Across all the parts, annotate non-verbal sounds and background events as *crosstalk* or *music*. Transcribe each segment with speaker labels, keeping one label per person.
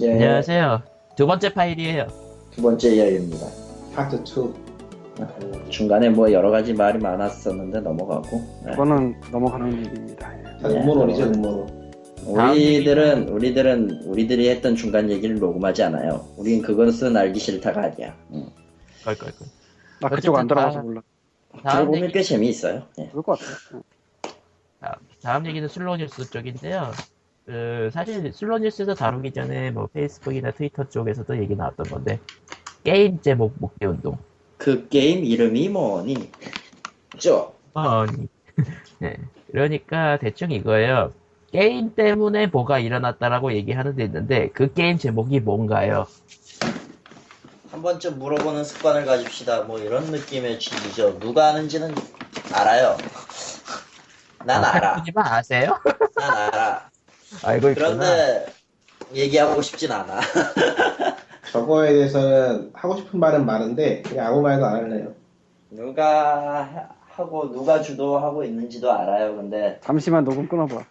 Speaker 1: 예,
Speaker 2: 안녕하세요. 두 번째 파일이에요.
Speaker 1: 두 번째 이야기입니다.
Speaker 3: 파트 2.
Speaker 1: 중간에 뭐 여러 가지 말이 많았었는데 넘어가고 네.
Speaker 4: 그거는 넘어가는 얘기입니다. 예.
Speaker 3: 다 음모론이죠, 음모론.
Speaker 2: 뭐, 다음
Speaker 1: 우리들은 우리들은 우리들이 했던 중간 얘기를 녹음하지 않아요. 우린 그것은 알기 싫다가 아니야. 음.
Speaker 2: 걸걸걸.
Speaker 4: 나 그쪽 안
Speaker 2: 어쨌든
Speaker 4: 들어가서
Speaker 2: 다-
Speaker 4: 몰라.
Speaker 2: 다음
Speaker 1: 들어보면
Speaker 2: 얘기,
Speaker 1: 꽤 재미있어요. 예.
Speaker 4: 그럴 것 같아.
Speaker 2: 다음, 다음 얘기는 슬로우뉴스 쪽인데요. 그, 사실 슬로우뉴스에서 다루기 전에 뭐 페이스북이나 트위터 쪽에서도 얘기 나왔던 건데 게임 제목 목표 운동.
Speaker 1: 그 게임 이름이 뭐니? 죠.
Speaker 2: 어, *laughs* 네. 그러니까 대충 이거예요. 게임 때문에 뭐가 일어났다라고 얘기하는 데 있는데 그 게임 제목이 뭔가요?
Speaker 1: 한 번쯤 물어보는 습관을 가집시다. 뭐 이런 느낌의 취지죠. 누가 아는지는 알아요. 난 알아.
Speaker 2: 하지만 아세요?
Speaker 1: 난 알아.
Speaker 2: 알고 있구나.
Speaker 1: 그런데 얘기하고 싶진 않아.
Speaker 3: 저거에 대해서는 하고 싶은 말은 많은데, 그냥 아무 말도 안 할래요.
Speaker 1: 누가 하- 하고 누가 주도하고 있는지도 알아요. 근데
Speaker 4: 잠시만 녹음 끊어봐.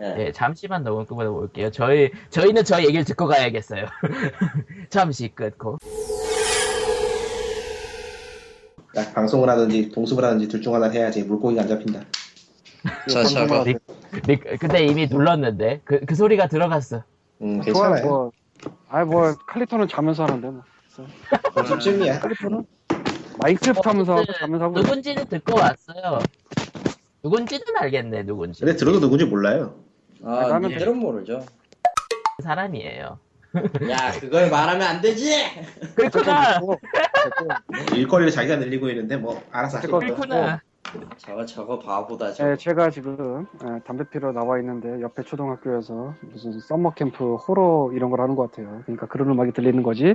Speaker 1: 예.
Speaker 2: 네, 잠시만 녹음 끊어 볼게요. 저희 저희는 저 얘기를 듣고 가야겠어요. *laughs* 잠시 끊고.
Speaker 3: 야, 방송을 하든지, 동습을 하든지 둘 중 하나 해야지 물고기가 안 잡힌다.
Speaker 1: 저, 저거.
Speaker 4: 아,
Speaker 2: 미- 네, 근데 이미 눌렀는데 그, 그 소리가 들어갔어.
Speaker 3: 음,
Speaker 4: 그거야
Speaker 3: 괜찮아요.
Speaker 4: 뭐. 아이 뭐 칼리토는 자면서 하는데 뭐.
Speaker 3: 점쯤이야.
Speaker 4: 마인크래프트 하면서
Speaker 2: 어쨌든
Speaker 4: 자면서 하고.
Speaker 2: 그 누군지는 듣고 왔어요. 누군지는 알겠네 누군지.
Speaker 3: 근데 들어도 누군지 몰라요.
Speaker 1: 아,
Speaker 4: 나는
Speaker 1: 니들은 모르죠.
Speaker 2: 그 사람이에요.
Speaker 1: 야, 그걸 말하면 안 되지!
Speaker 2: 그렇구나.
Speaker 4: 됐고, 예, 됐고.
Speaker 3: 일거리를 자기가 늘리고 있는데, 뭐, 알아서 하실 거예요.
Speaker 2: 그렇구나.
Speaker 1: 저거, 저거 바보다, 저거.
Speaker 4: 예, 제가 지금 예, 담배 피러 나와 있는데 옆에 초등학교에서 무슨 썸머 캠프 호러 이런 걸 하는 것 같아요. 그러니까 그런 음악이 들리는 거지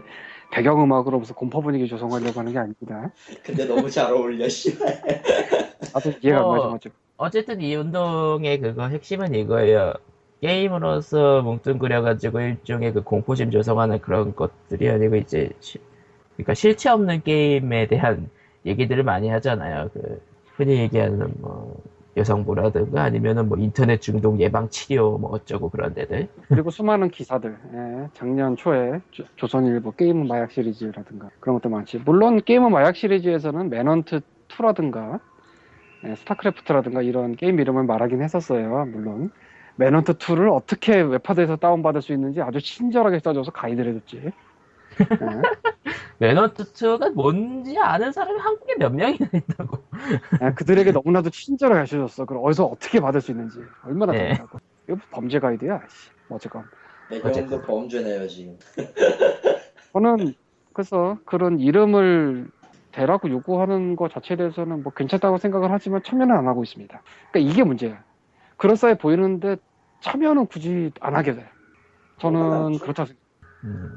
Speaker 4: 배경 음악으로 무슨 공포 분위기 조성하려고 하는 게 아닙니다.
Speaker 1: 근데 너무 잘 어울려,
Speaker 4: *laughs*
Speaker 1: 씨발.
Speaker 4: 나도 이해가
Speaker 2: 어.
Speaker 4: 안 가지 맞죠?
Speaker 2: 어쨌든 이 운동의 그거 핵심은 이거예요. 게임으로서 뭉뚱그려가지고 일종의 그 공포심 조성하는 그런 것들이 아니고 이제 시- 그러니까 실체 없는 게임에 대한 얘기들을 많이 하잖아요. 그 흔히 얘기하는 뭐 여성부라든가 아니면은 뭐 인터넷 중독 예방 치료 뭐 어쩌고 그런 데들.
Speaker 4: 그리고 수많은 기사들. 예, 작년 초에 조- 조선일보 게임은 마약 시리즈라든가 그런 것도 많지. 물론 게임은 마약 시리즈에서는 맨헌트 2라든가 예, 스타크래프트라든가 이런 게임 이름을 말하긴 했었어요. 물론 맨헌트 2를 어떻게 웹하드에서 다운받을 수 있는지 아주 친절하게 써줘서 가이드를 해줬지. 예,
Speaker 2: 매너투트가 뭔지 아는 사람이 한국에 몇 명이나 있다고.
Speaker 4: 예, 그들에게 너무나도 친절하게 해주셨어. 그럼 어디서 어떻게 받을 수 있는지 얼마나
Speaker 2: 예.
Speaker 4: 좋냐고. 이거 범죄 가이드야. 씨. 뭐 어쨌건.
Speaker 1: 배경도 범죄네요, 지금.
Speaker 4: 저는 그래서 그런 이름을 대라고 요구하는 것 자체에 대해서는 뭐 괜찮다고 생각을 하지만 참여는 안 하고 있습니다. 그러니까 이게 문제야. 그럴싸해 보이는데 참여는 굳이 안 하게 돼. 저는 그렇다고 생각.
Speaker 2: 음,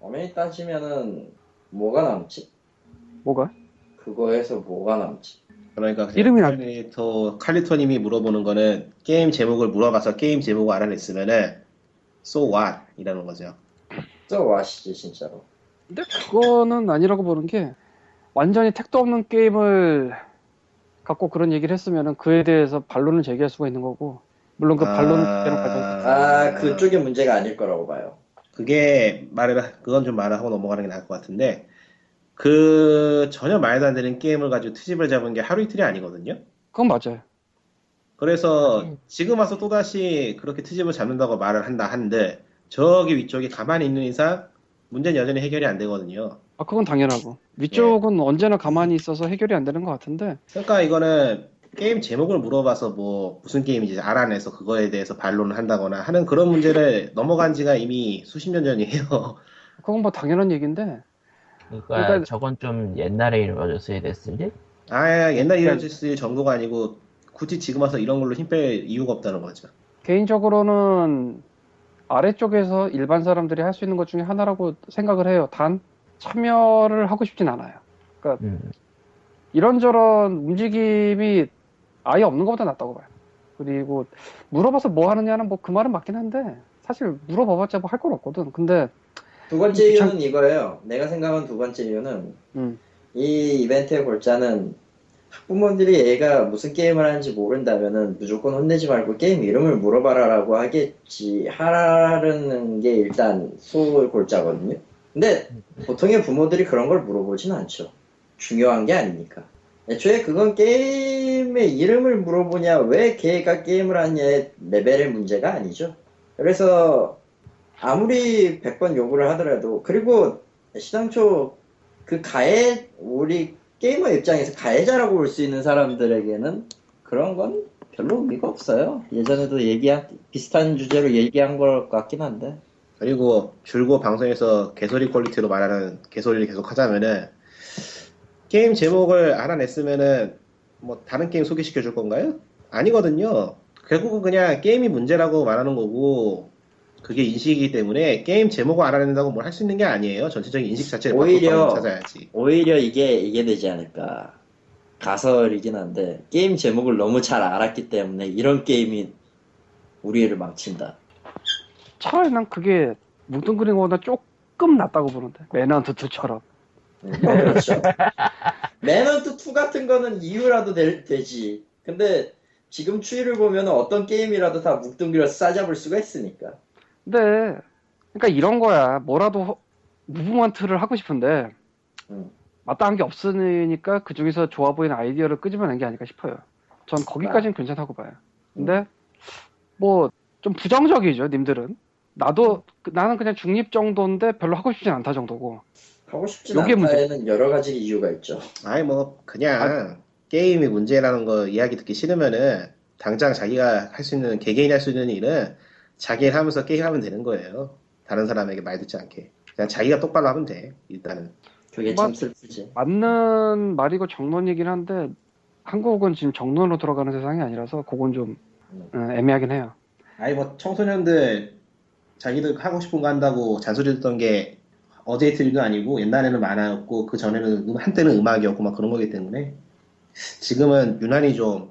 Speaker 1: 어메이 따지면은, 뭐가 남지?
Speaker 4: 뭐가?
Speaker 1: 그거에서 뭐가 남지?
Speaker 3: 그러니까,
Speaker 4: 이름이 안-
Speaker 3: 칼리토, 칼리토님이 물어보는 거는, 게임 제목을 물어봐서 게임 제목을 알아냈으면은, so what? 이라는 거죠.
Speaker 1: 저 와시지, 진짜로.
Speaker 4: 근데 그거는 아니라고 보는 게 완전히 택도 없는 게임을 갖고 그런 얘기를 했으면 그에 대해서 반론을 제기할 수가 있는 거고 물론 그 반론은 그대로 가져.
Speaker 1: 아, 그쪽이 문제가 아닐 거라고 봐요.
Speaker 3: 그게 말을 그건 좀 말을 하고 넘어가는 게 나을 것 같은데 그 전혀 말도 안 되는 게임을 가지고 트집을 잡은 게 하루 이틀이 아니거든요.
Speaker 4: 그건 맞아요.
Speaker 3: 그래서
Speaker 2: 음.
Speaker 3: 지금 와서 또 다시 그렇게 트집을 잡는다고 말을 한다 한들 저기 위쪽에 가만히 있는 이상 문제는 여전히 해결이 안 되거든요.
Speaker 4: 아 그건 당연하고 위쪽은 언제나 가만히 있어서 해결이 안 되는 것 같은데
Speaker 3: 그러니까 이거는 게임 제목을 물어봐서 뭐 무슨 게임인지 알아내서 그거에 대해서 반론을 한다거나 하는 그런 문제를 넘어간 지가 이미 수십 년 전이에요.
Speaker 4: 그건 뭐 당연한 얘기인데
Speaker 2: 그러니까,
Speaker 4: 그러니까-
Speaker 2: 저건 좀 옛날에 이루어졌어야 됐을 일?
Speaker 3: 아 옛날
Speaker 1: 그러니까
Speaker 3: 이라지스 정도가 아니고 굳이 지금 와서 이런 걸로 힘 뺄 이유가 없다는 거죠.
Speaker 4: 개인적으로는 아래쪽에서 일반 사람들이 할 수 있는 것 중에 하나라고 생각을 해요. 단 참여를 하고 싶진 않아요.
Speaker 2: 음,
Speaker 4: 이런저런 움직임이 아예 없는 것보다 낫다고 봐요. 그리고 물어봐서 뭐 하느냐는 뭐 그 말은 맞긴 한데 사실 물어봐봤자 뭐 할 건 없거든. 근데
Speaker 1: 두 번째
Speaker 4: 참-
Speaker 1: 이유는 이거예요. 내가 생각한 두 번째 이유는,
Speaker 4: 음,
Speaker 1: 이 이벤트의 골자는 부모님들이 애가 무슨 게임을 하는지 모른다면은 무조건 혼내지 말고 게임 이름을 물어봐라라고 하겠지 하라는 게 일단 소골자거든요. 근데 보통의 부모들이 그런 걸 물어보진 않죠. 중요한 게 아니니까. 애초에 그건 게임의 이름을 물어보냐 왜 걔가 게임을 하냐의 레벨의 문제가 아니죠. 그래서 아무리 100번 요구를 하더라도 그리고 시당초 그 가해 우리 게이머 입장에서 가해자라고 볼 수 있는 사람들에게는 그런 건 별로 의미가 없어요. 예전에도 얘기한 비슷한 주제로 얘기한 것 같긴 한데
Speaker 3: 그리고 줄고 방송에서 개소리 퀄리티로 말하는 개소리를 계속 하자면은 게임 제목을 알아냈으면은 뭐 다른 게임 소개시켜 줄 건가요? 아니거든요. 결국은 그냥 게임이 문제라고 말하는 거고 그게 인식이기 때문에 게임 제목을 알아낸다고 뭘 할 수 있는 게 아니에요. 전체적인 인식 자체를 바꿀
Speaker 1: 오히려-
Speaker 3: 방법을 찾아야지.
Speaker 1: 오히려 이게 이게 되지 않을까 가설이긴 한데 게임 제목을 너무 잘 알았기 때문에 이런 게임이 우리 애를 망친다.
Speaker 4: 차라리 난 그게 뭉뚱그린 거보다 조금 낫다고 보는데 매너헌트2처럼
Speaker 3: 뭐
Speaker 1: 음, 그렇죠. *laughs* 맨헌트 2 같은 거는 이유라도 될- 되지. 근데 지금 추이를 보면 어떤 게임이라도 다 묵뚱그려 싸잡을 수가 있으니까.
Speaker 4: 근데 그러니까 이런 거야 뭐라도 허- 무브먼트를 하고 싶은데
Speaker 1: 음.
Speaker 4: 마땅한 게 없으니까 그 중에서 좋아 보이는 아이디어를 끄집어낸 게 아닐까 싶어요 전 거기까지는
Speaker 1: 아.
Speaker 4: 괜찮다고 봐요
Speaker 1: 음.
Speaker 4: 근데 뭐 좀 부정적이죠 님들은
Speaker 1: 음.
Speaker 4: 나도 그- 나는 그냥 중립 정도인데 별로 하고 싶진 않다 정도고
Speaker 1: 하고 싶진
Speaker 4: 요게 문제-
Speaker 1: 않다에는 여러 가지 이유가 있죠.
Speaker 3: 아니 뭐 그냥 게임이 문제라는 거 이야기 듣기 싫으면은 당장 자기가 할 수 있는 개개인이 할 수 있는 일은 자기 일 하면서 게임하면 되는 거예요. 다른 사람에게 말 듣지 않게. 그냥 자기가 똑바로 하면 돼. 일단은.
Speaker 1: 그게
Speaker 4: 맞-
Speaker 1: 참 슬프지.
Speaker 4: 맞는 말이고 정론이긴 한데 한국은 지금 정론으로 돌아가는 세상이 아니라서 그건 좀
Speaker 1: 음.
Speaker 4: 어, 애매하긴 해요
Speaker 3: 아니 뭐 청소년들 자기들 하고 싶은 거 한다고 잔소리 듣던 게 어제 이틀도 아니고 옛날에는 만화였고 그 전에는 음- 한때는 음악이었고 막 그런 거기 때문에 지금은 유난히 좀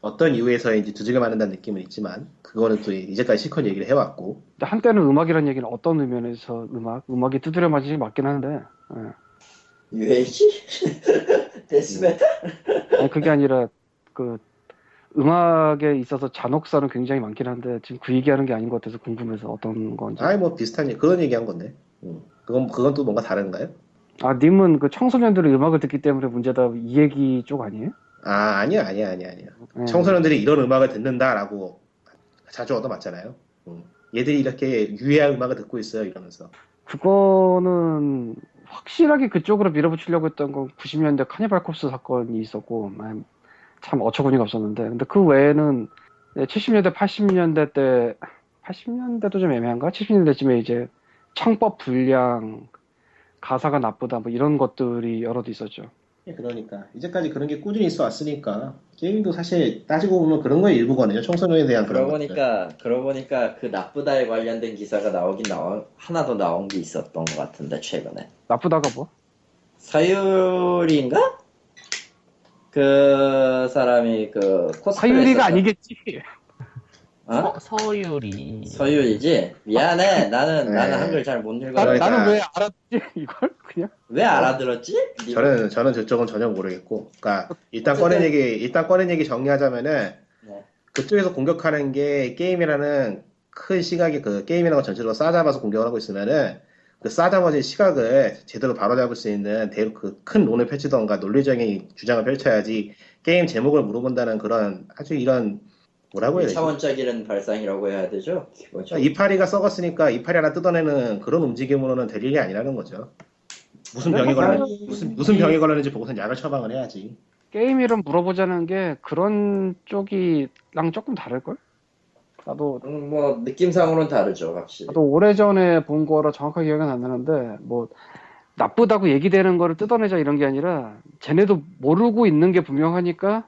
Speaker 3: 어떤 이유에서인지 두들겨 맞는다는 느낌은 있지만 그거는 또 이제까지 실컷 얘기를 해왔고
Speaker 4: 근데 한때는 음악이라는 얘기는 어떤 의면에서 음악, 음악이 두드려 맞지 맞긴 한데 예.
Speaker 1: 유해지? *laughs*
Speaker 3: 음,
Speaker 1: 데스메탈?
Speaker 4: 아니, 그게 아니라 그 음악에 있어서 잔혹사는 굉장히 많긴 한데 지금 그 얘기하는 게 아닌 것 같아서 궁금해서 어떤 건지
Speaker 3: 아이 뭐 비슷한 얘기 그런 얘기한 건데 음. 그건 그건 또 뭔가 다른가요?
Speaker 4: 아 님은 그 청소년들이 음악을 듣기 때문에 문제다 이 얘기 쪽 아니에요?
Speaker 3: 아 아니야 아니야 아니야 아니야
Speaker 4: 예.
Speaker 3: 청소년들이 이런 음악을 듣는다라고 자주 얻어맞잖아요 음. 얘들이 이렇게 유해한 음악을 듣고 있어요 이러면서
Speaker 4: 그거는 확실하게 그쪽으로 밀어붙이려고 했던 건 90년대 카니발 콥스 사건이 있었고 음, 참 어처구니가 없었는데 근데 그 외에는 70년대 80년대 때 80년대도 좀 애매한가? 70년대쯤에 이제 창법 불량 가사가 나쁘다 뭐 이런 것들이 여러 개 있었죠.
Speaker 3: 예, 그러니까 이제까지 그런 게 꾸준히 있어 왔으니까 게임도 사실 따지고 보면 그런 거의 일부거든요 청소년에 대한 그런
Speaker 1: 그러고
Speaker 3: 것들.
Speaker 1: 보니까 그러고 보니까 그 나쁘다에 관련된 기사가 나오긴 나와 하나 더 나온 게 있었던 것 같은데 최근에
Speaker 4: 나쁘다가 뭐?
Speaker 1: 사유리인가? 그 사람이 그 코스프레
Speaker 4: 사유리가
Speaker 1: 했었던-
Speaker 4: 아니겠지.
Speaker 1: 어?
Speaker 2: 서, 서유리.
Speaker 1: 서유리지? 미안해 나는
Speaker 3: 네.
Speaker 1: 나는 한글 잘 못 읽어
Speaker 4: 나,
Speaker 3: 그러니까.
Speaker 4: 나는 왜 알았지 *laughs* 이걸 그냥?
Speaker 1: 왜 알아들었지?
Speaker 3: 저는 저는 저쪽은 전혀 모르겠고 그러니까 일단
Speaker 1: 어쨌든-
Speaker 3: 꺼낸 얘기 일단 꺼낸 얘기 정리하자면은
Speaker 1: 네.
Speaker 3: 그쪽에서 공격하는 게 게임이라는 큰 시각이 그 게임이라는 걸 전체적으로 싸잡아서 공격을 하고 있으면은 그 싸잡아진 시각을 제대로 바로잡을 수 있는 그큰 론을 펼치던가 논리적인 주장을 펼쳐야지 게임 제목을 물어본다는 그런 아주 이런 뭐라고 해야 되지?
Speaker 1: 차원적인 발상이라고 해야 되죠? 기본적으로
Speaker 3: 아, 이파리가 썩었으니까 이파리 하나 뜯어내는 그런 움직임으로는 될 일이 아니라는 거죠. 무슨 병에
Speaker 1: 아,
Speaker 3: 걸렸는지 무슨, 무슨 병에 걸렸는지 보고선 약을 처방을 해야지.
Speaker 4: 게임 이름 물어보자는 게 그런 쪽이랑 조금 다를 걸? 나도
Speaker 1: 음, 뭐 느낌상으로는 다르죠 확실히
Speaker 3: 아,
Speaker 4: 나도 오래전에 본 거라 정확하게 기억은 안 나는데 뭐 나쁘다고 얘기되는 거를 뜯어내자 이런 게 아니라 쟤네도 모르고 있는 게 분명하니까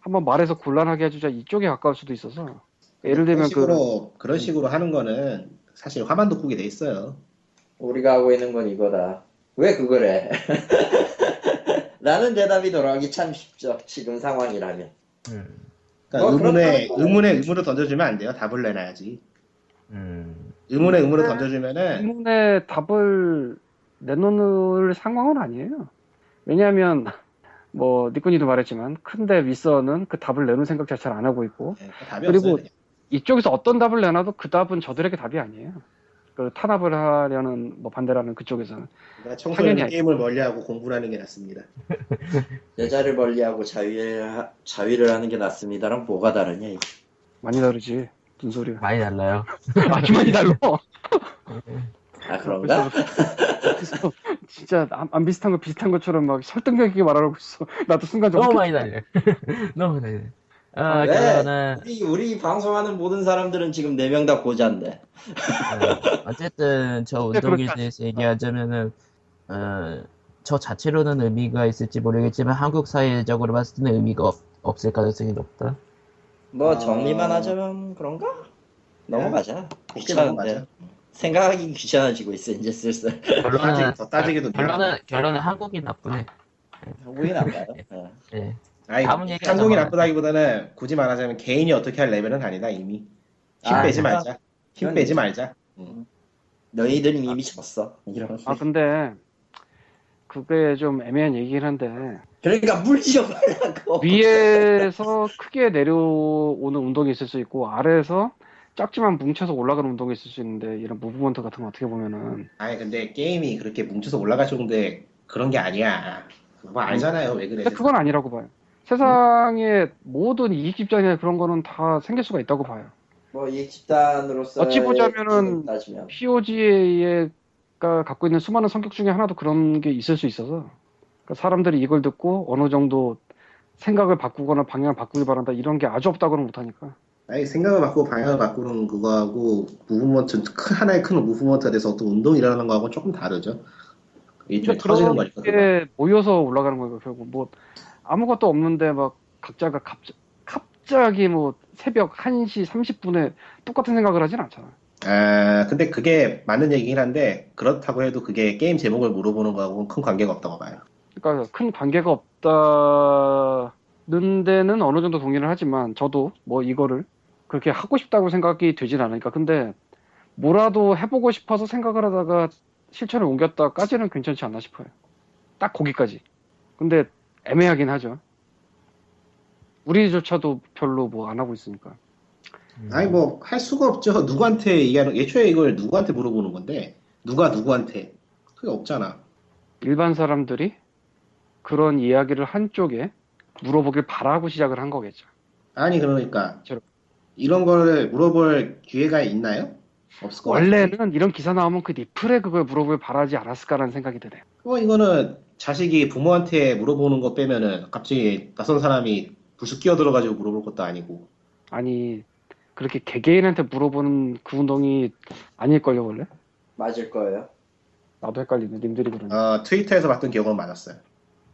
Speaker 4: 한번 말해서 곤란하게 해주자 이쪽에 가까울 수도 있어서 예를
Speaker 3: 그런
Speaker 4: 들면 그
Speaker 3: 식으로 그런 식으로 하는 거는 사실 화만 돋구게 돼 있어요.
Speaker 1: 우리가 하고 있는 건 이거다. 왜 그걸 해? *laughs* 라는 대답이 돌아오기 참 쉽죠. 지금 상황이라면.
Speaker 2: 음,
Speaker 3: 그러니까
Speaker 1: 뭐
Speaker 3: 의문에
Speaker 1: 그렇다고.
Speaker 3: 의문에 의문을 던져주면 안 돼요. 답을 내놔야지.
Speaker 2: 음.
Speaker 3: 의문에 의문을
Speaker 4: 음.
Speaker 3: 던져주면은
Speaker 4: 질문에 답을 내놓을 상황은 아니에요 왜냐하면 뭐 니꾼이도 말했지만 큰데 윗선은 그 답을 내놓을 생각 자체를 안 하고 있고
Speaker 3: 예, 답이
Speaker 4: 그리고-
Speaker 3: 없어요. 그냥.
Speaker 4: 이쪽에서 어떤 답을 내놔도 그 답은 저들에게 답이 아니에요. 그 탄압을 하려는 뭐 반대라는 그쪽에서는
Speaker 3: 그러니까 청소년
Speaker 4: 당연히
Speaker 3: 게임을 멀리하고 공부를 하는 게 낫습니다.
Speaker 1: 여자를 멀리하고 자위를, 하, 자위를 하는 게 낫습니다랑 뭐가 다르냐 이게.
Speaker 4: 많이 다르지 무슨 소리야?
Speaker 2: 많이 달라요.
Speaker 4: 아주 *laughs* 많이 달라. *laughs*
Speaker 1: 아 그런가?
Speaker 4: 그래서 진짜 안, 안 비슷한 거 비슷한 것처럼 막 설득력 있게 말하고 있어. *laughs* 나도 순간적으로
Speaker 2: *laughs* 너무 많이 달려. *laughs* 너무 많이 달려. 아,
Speaker 1: 아, 네.
Speaker 3: 그렇죠.
Speaker 2: 그러면은
Speaker 1: 우리, 우리 방송하는 모든 사람들은 지금 4명 다 고자인데
Speaker 2: 어, 어쨌든 저
Speaker 4: 근데
Speaker 2: 운동에
Speaker 4: 네, 그렇게
Speaker 2: 대해서 얘기하자면은 어, 저 자체로는 의미가 있을지 모르겠지만 한국 사회적으로 봤을 때는 의미가 없, 없을 가능성이 높다.
Speaker 1: 뭐
Speaker 3: 아. 네.
Speaker 1: 정리만 하자면 그런가? 넘어가자
Speaker 3: 혹시
Speaker 1: 귀찮은데
Speaker 3: 넘어가자.
Speaker 1: 생각하기 귀찮아지고 있어 이제
Speaker 3: *laughs*
Speaker 1: 슬슬
Speaker 2: 결론은
Speaker 3: 따지- 더 따지기도
Speaker 2: 아, 결론은 결론은 한국이 나쁘네.
Speaker 1: 한국인 안 가요? 어.
Speaker 2: 예.
Speaker 3: 아니,
Speaker 2: 다음 얘기
Speaker 3: 한국이
Speaker 2: 하자.
Speaker 3: 나쁘다기보다는 굳이 말하자면 개인이 어떻게 할 레벨은 아니다 이미. 힘
Speaker 1: 아,
Speaker 3: 빼지
Speaker 1: 그건-
Speaker 3: 말자. 힘
Speaker 1: 그건
Speaker 3: 빼지
Speaker 1: 이제-
Speaker 3: 말자.
Speaker 1: 음. 너희들은
Speaker 3: 아.
Speaker 1: 이미 졌어 이런
Speaker 4: 아 근데 그게 좀 애매한 얘기긴 한데
Speaker 1: 그러니까 물지어 말라고
Speaker 4: 위에서 크게 내려오는 운동이 있을 수 있고 아래에서 작지만 뭉쳐서 올라가는 운동이 있을 수 있는데 이런 무브먼트 같은 거 어떻게
Speaker 1: 네.
Speaker 4: 보면은
Speaker 3: 아니 근데 게임이 그렇게 뭉쳐서 올라갈 정도의 그런 게 아니야. 그거 뭐 알잖아요 왜 그래.
Speaker 4: 근데 그건 아니라고 봐요. 세상에 모든 이익 집단이나 그런 거는 다 생길 수가 있다고 봐요.
Speaker 1: 뭐이 집단으로서
Speaker 4: 어찌 보자면은
Speaker 1: 따지면
Speaker 4: POG가 갖고 있는 수많은 성격 중에 하나도 그런 게 있을 수 있어서 그러니까 사람들이 이걸 듣고 어느 정도 생각을 바꾸거나 방향을 바꾸길 바란다 이런 게 아주 없다고는 못하니까
Speaker 3: 아니 생각을 바꾸고 방향을 바꾸는 그거하고 무브먼트 큰- 하나의 큰 무브먼트가 돼서 어떤 운동이라는 거하고는 조금 다르죠. 이쪽에 터지는 거니까. 네, 그거.
Speaker 4: 그렇게 모여서 올라가는 거니까 결국 뭐 아무것도 없는데 막 각자가 갑자, 갑자기 뭐 새벽 1시 30분에 똑같은 생각을 하진 않잖아
Speaker 3: 아 근데 그게 맞는 얘기긴 한데 그렇다고 해도 그게 게임 제목을 물어보는 거하고는 큰 관계가 없다고 봐요.
Speaker 4: 그러니까 큰 관계가 없다는 데는 어느 정도 동의를 하지만 저도 뭐 이거를 그렇게 하고 싶다고 생각이 되진 않으니까 근데 뭐라도 해보고 싶어서 생각을 하다가 실천을 옮겼다까지는 괜찮지 않나 싶어요 딱 거기까지 근데 애매하긴 하죠 우리조차도 별로 뭐 안 하고 있으니까 음.
Speaker 3: 아니 뭐 할 수가 없죠. 누구한테 얘기하는 예초에 이걸 누구한테 물어보는 건데 누가 누구한테 그게 없잖아.
Speaker 4: 일반 사람들이 그런 이야기를 한쪽에 물어보길 바라고 시작을 한 거겠죠
Speaker 3: 아니 그러니까
Speaker 4: 저런.
Speaker 3: 이런 거를 물어볼 기회가 있나요? 없을 것 같아요.
Speaker 4: 원래는 이런 기사 나오면 그 니플에 그걸 물어볼 바라지 않았을까라는 생각이 드네요.
Speaker 3: 그거 이거는 자식이 부모한테 물어보는 거 빼면은 갑자기 낯선 사람이 불쑥 끼어들어가지고 물어볼 것도 아니고
Speaker 4: 아니 그렇게 개개인한테 물어보는 그 운동이 아닐걸요 원래?
Speaker 1: 맞을 거예요.
Speaker 4: 나도 헷갈리네 님들이 그러니
Speaker 3: 어, 트위터에서 봤던 기억으로 맞았어요.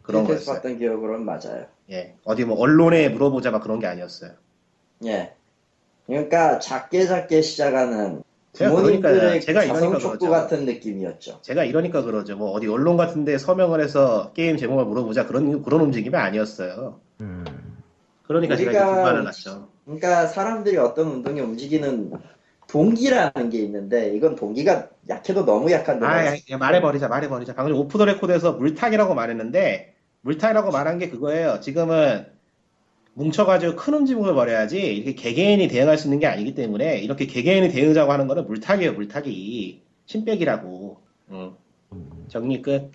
Speaker 3: 그런
Speaker 1: 트위터에서
Speaker 3: 거였어요.
Speaker 1: 봤던 기억으로는 맞아요.
Speaker 3: 예, 어디 뭐 언론에 물어보자 막 그런 게 아니었어요.
Speaker 1: 예. 그러니까 작게 작게 시작하는
Speaker 3: 제가 그러니까
Speaker 1: 부모님들의
Speaker 3: 제가 이러니까
Speaker 1: 자성 촉구
Speaker 3: 그러죠.
Speaker 1: 같은 느낌이었죠.
Speaker 3: 제가 이러니까 그러죠. 뭐 어디 언론 같은데 서명을 해서 게임 제목을 물어보자 그런 그런 움직임이 아니었어요.
Speaker 2: 음,
Speaker 3: 그러니까 제가
Speaker 1: 우리가-
Speaker 3: 이렇게 불만을 났죠.
Speaker 1: 그러니까 사람들이 어떤 운동에 움직이는 동기라는 게 있는데 이건 동기가 약해도 너무 약한데
Speaker 3: 아,
Speaker 4: 예.
Speaker 3: 야, 야, 말해버리자, 말해버리자. 방금 오프 더 레코드에서 물타기라고 말했는데, 물타기라고 말한 게 그거예요. 지금은 뭉쳐가지고 큰 움직임을 벌여야지, 이렇게 개개인이 대응할 수 있는 게 아니기 때문에, 이렇게 개개인이 대응하자고 하는 거는 물타기예요, 물타기. 신백이라고. 응. 정리 끝.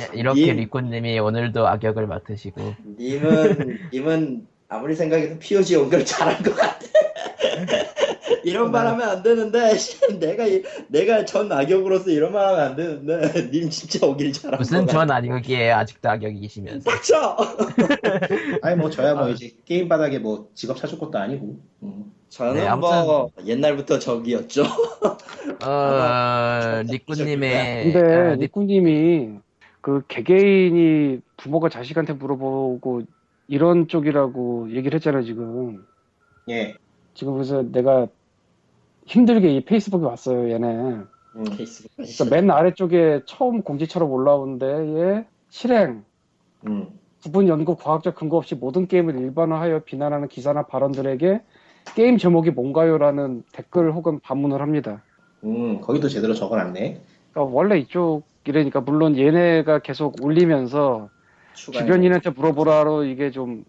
Speaker 2: 야, 이렇게
Speaker 1: 예.
Speaker 2: 리코님이 오늘도 악역을 맡으시고
Speaker 1: 님은 님은 아무리 생각해도 POG 연결 잘한 것 같아. *laughs* 이런 말하면 안 되는데 씨, 내가 이- 내가 전 악역으로서 이런 말하면 안 되는데 님 진짜 오길 잘한 것
Speaker 2: 무슨
Speaker 1: 같아.
Speaker 2: 전 악역이에요 아직도 악역이시면서
Speaker 1: 빡쳐.
Speaker 3: 아니, 뭐, 저야 뭐, 이제 게임 바닥에 뭐, 직업 찾을 것도 아니고. 음. 응.
Speaker 1: 저는
Speaker 2: 네,
Speaker 1: 뭐 옛날부터 적이었죠.
Speaker 2: 어,
Speaker 3: 네,
Speaker 2: 리코님의
Speaker 4: 근데
Speaker 2: 아, 리-
Speaker 4: 니꾸님이 그 개개인이 부모가 자식한테 물어보고 이런 쪽이라고 얘기를 했잖아요 지금
Speaker 3: 예.
Speaker 4: 지금 그래서 내가 힘들게 이 페이스북에 왔어요 얘네
Speaker 3: 응.
Speaker 1: 페이스북.
Speaker 4: 그래서 맨 아래쪽에 처음 공지처럼 올라오는데 얘 실행
Speaker 3: 응.
Speaker 4: 부분 연구 과학적 근거 없이 모든 게임을 일반화하여 비난하는 기사나 발언들에게 게임 제목이 뭔가요라는 댓글 혹은 반문을 합니다.
Speaker 3: 응. 거기도 제대로 음. 적어놨네.
Speaker 4: 그러니까 원래 이쪽 이러니까 물론 얘네가 계속 올리면서
Speaker 1: 추가
Speaker 4: 주변인한테 물어보라로 이게 좀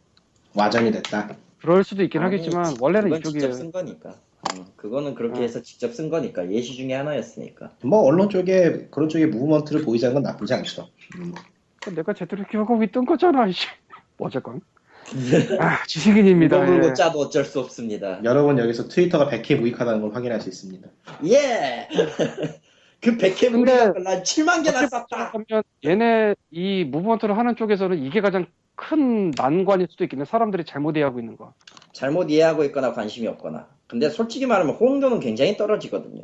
Speaker 3: 와전이 됐다.
Speaker 4: 그럴 수도 있긴
Speaker 1: 아니,
Speaker 4: 하겠지만 원래는
Speaker 1: 그건 직접
Speaker 4: 이쪽이
Speaker 1: 쓴 거니까. 어, 그거는 그렇게
Speaker 4: 아.
Speaker 1: 해서 직접 쓴 거니까 예시 중에 하나였으니까.
Speaker 3: 뭐 언론 쪽에 그런 쪽에 무브먼트를 보이자는 건 나쁘지 않죠. 음.
Speaker 4: 내가 제대로 기억하고 있던 거잖아. 이씨. *laughs*
Speaker 1: *laughs*
Speaker 4: 뭐 어쨌건 아 지식인입니다.
Speaker 1: 물고
Speaker 4: 예.
Speaker 1: 짜도 어쩔 수 없습니다.
Speaker 3: 여러분 여기서 트위터가 100회 무익하다는 걸 확인할 수 있습니다.
Speaker 1: 예. *laughs* 그 100회
Speaker 4: 근데
Speaker 1: 무리를 난 7만 개나 쌌다.
Speaker 4: 그러면 얘네 이 무브먼트를 하는 쪽에서는 이게 가장 큰 난관일 수도 있겠네. 사람들이 잘못 이해하고 있는 거.
Speaker 1: 잘못 이해하고 있거나 관심이 없거나. 근데 솔직히 말하면 호응도는 굉장히 떨어지거든요.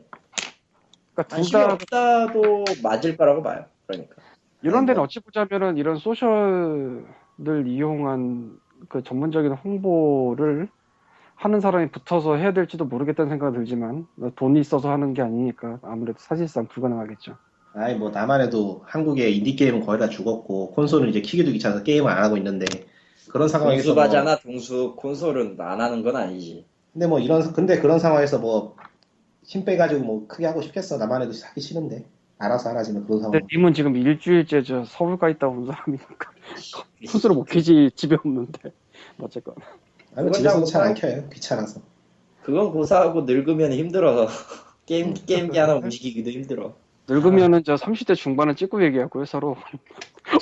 Speaker 1: 아,
Speaker 4: 그러니까 둘
Speaker 1: 관심이
Speaker 4: 다
Speaker 1: 없다도 맞을 거라고 봐요. 그러니까.
Speaker 4: 이런 데는 어찌 보자면은 이런 소셜을 이용한 그 전문적인 홍보를 하는 사람이 붙어서 해야 될지도 모르겠다는 생각이 들지만 돈이 있어서 하는 게 아니니까 아무래도 사실상 불가능하겠죠.
Speaker 3: 아이 뭐 나만 해도 한국의 인디 게임은 거의 다 죽었고 콘솔은 이제 키기도 귀찮아서 게임을 안 하고 있는데 그런 상황에서 뭐-
Speaker 1: 동수바잖아 동수 콘솔은 안 하는 건 아니지.
Speaker 3: 근데 뭐 이런 근데 그런 상황에서 뭐 힘 빼가지고 뭐 크게 하고 싶겠어 나만 해도 하기 싫은데 알아서 하라지만 그런 상황
Speaker 1: 네.
Speaker 4: 근데 님은 지금 일주일째 저 서울가 있다 온 사람이니까 *laughs* 스스로 못 키지 집에 없는데 *laughs* 어쨌건
Speaker 3: 아니 집에서 잘 안 켜요 귀찮아서
Speaker 1: 그건 고사하고 늙으면 힘들어서 *laughs* 게임 게임기 하나 움직이기도 힘들어.
Speaker 4: 늙으면은 저 30대 중반은 찍고 얘기하고요 서로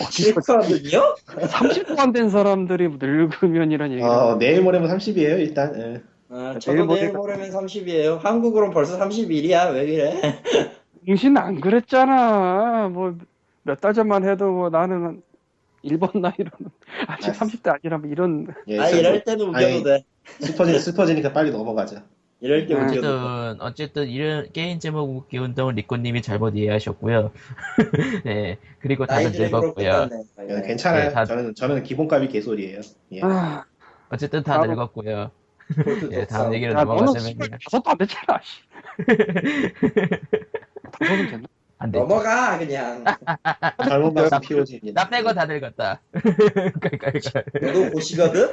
Speaker 1: 실패하면요?
Speaker 4: 30도 안 된 사람들이 늙으면이란 얘기를
Speaker 3: 어 내일 모레면 30이에요 일단 예.
Speaker 1: 아,
Speaker 4: 내일
Speaker 1: 저도 내일
Speaker 4: 모레가-
Speaker 1: 모레면 30이에요. 한국으론 벌써 31이야. 왜 이래?
Speaker 4: 당신 안 그랬잖아. 뭐 몇 달 전만 해도 뭐 나는 일본 나이로는 *laughs* 아직
Speaker 3: 알았어.
Speaker 4: 30대 아니라면 이런
Speaker 3: 예,
Speaker 1: 아
Speaker 3: 일단
Speaker 1: 이럴 때는
Speaker 3: 아니.
Speaker 1: 우겨도 돼.
Speaker 3: 슬퍼지 슬퍼지니까 빨리 넘어가자
Speaker 1: 이럴 때
Speaker 4: 음.
Speaker 1: 우겨도 돼.
Speaker 2: 어쨌든 어쨌든 이런 게임 제목 웃기 운동을 리코님이 잘못 이해하셨고요. *laughs* 네 그리고 다들
Speaker 1: 나이들로
Speaker 2: 늙었고요.
Speaker 1: 끝났네.
Speaker 3: 예,
Speaker 1: 네.
Speaker 3: 괜찮아요
Speaker 2: 예, 다-
Speaker 3: 저는 저는 기본값이 개소리예요 예.
Speaker 4: 아,
Speaker 2: 어쨌든 다
Speaker 4: 나도-
Speaker 2: 늙었고요.
Speaker 1: 골드
Speaker 2: 예,
Speaker 1: 독사.
Speaker 2: 다음 얘기로
Speaker 4: 야 너는
Speaker 2: 넘어가자면
Speaker 4: 스물 다섯도 안 됐잖아.
Speaker 3: *laughs*
Speaker 4: 씨. 다섯은 됐나?
Speaker 2: 안 돼.
Speaker 1: 넘어가 그냥. 아,
Speaker 3: 젊은
Speaker 2: 나-
Speaker 3: 맛은 POG입니다
Speaker 2: 나 빼고 다 늙었다. *laughs* 깔깔깔.
Speaker 1: 너도 보시거든?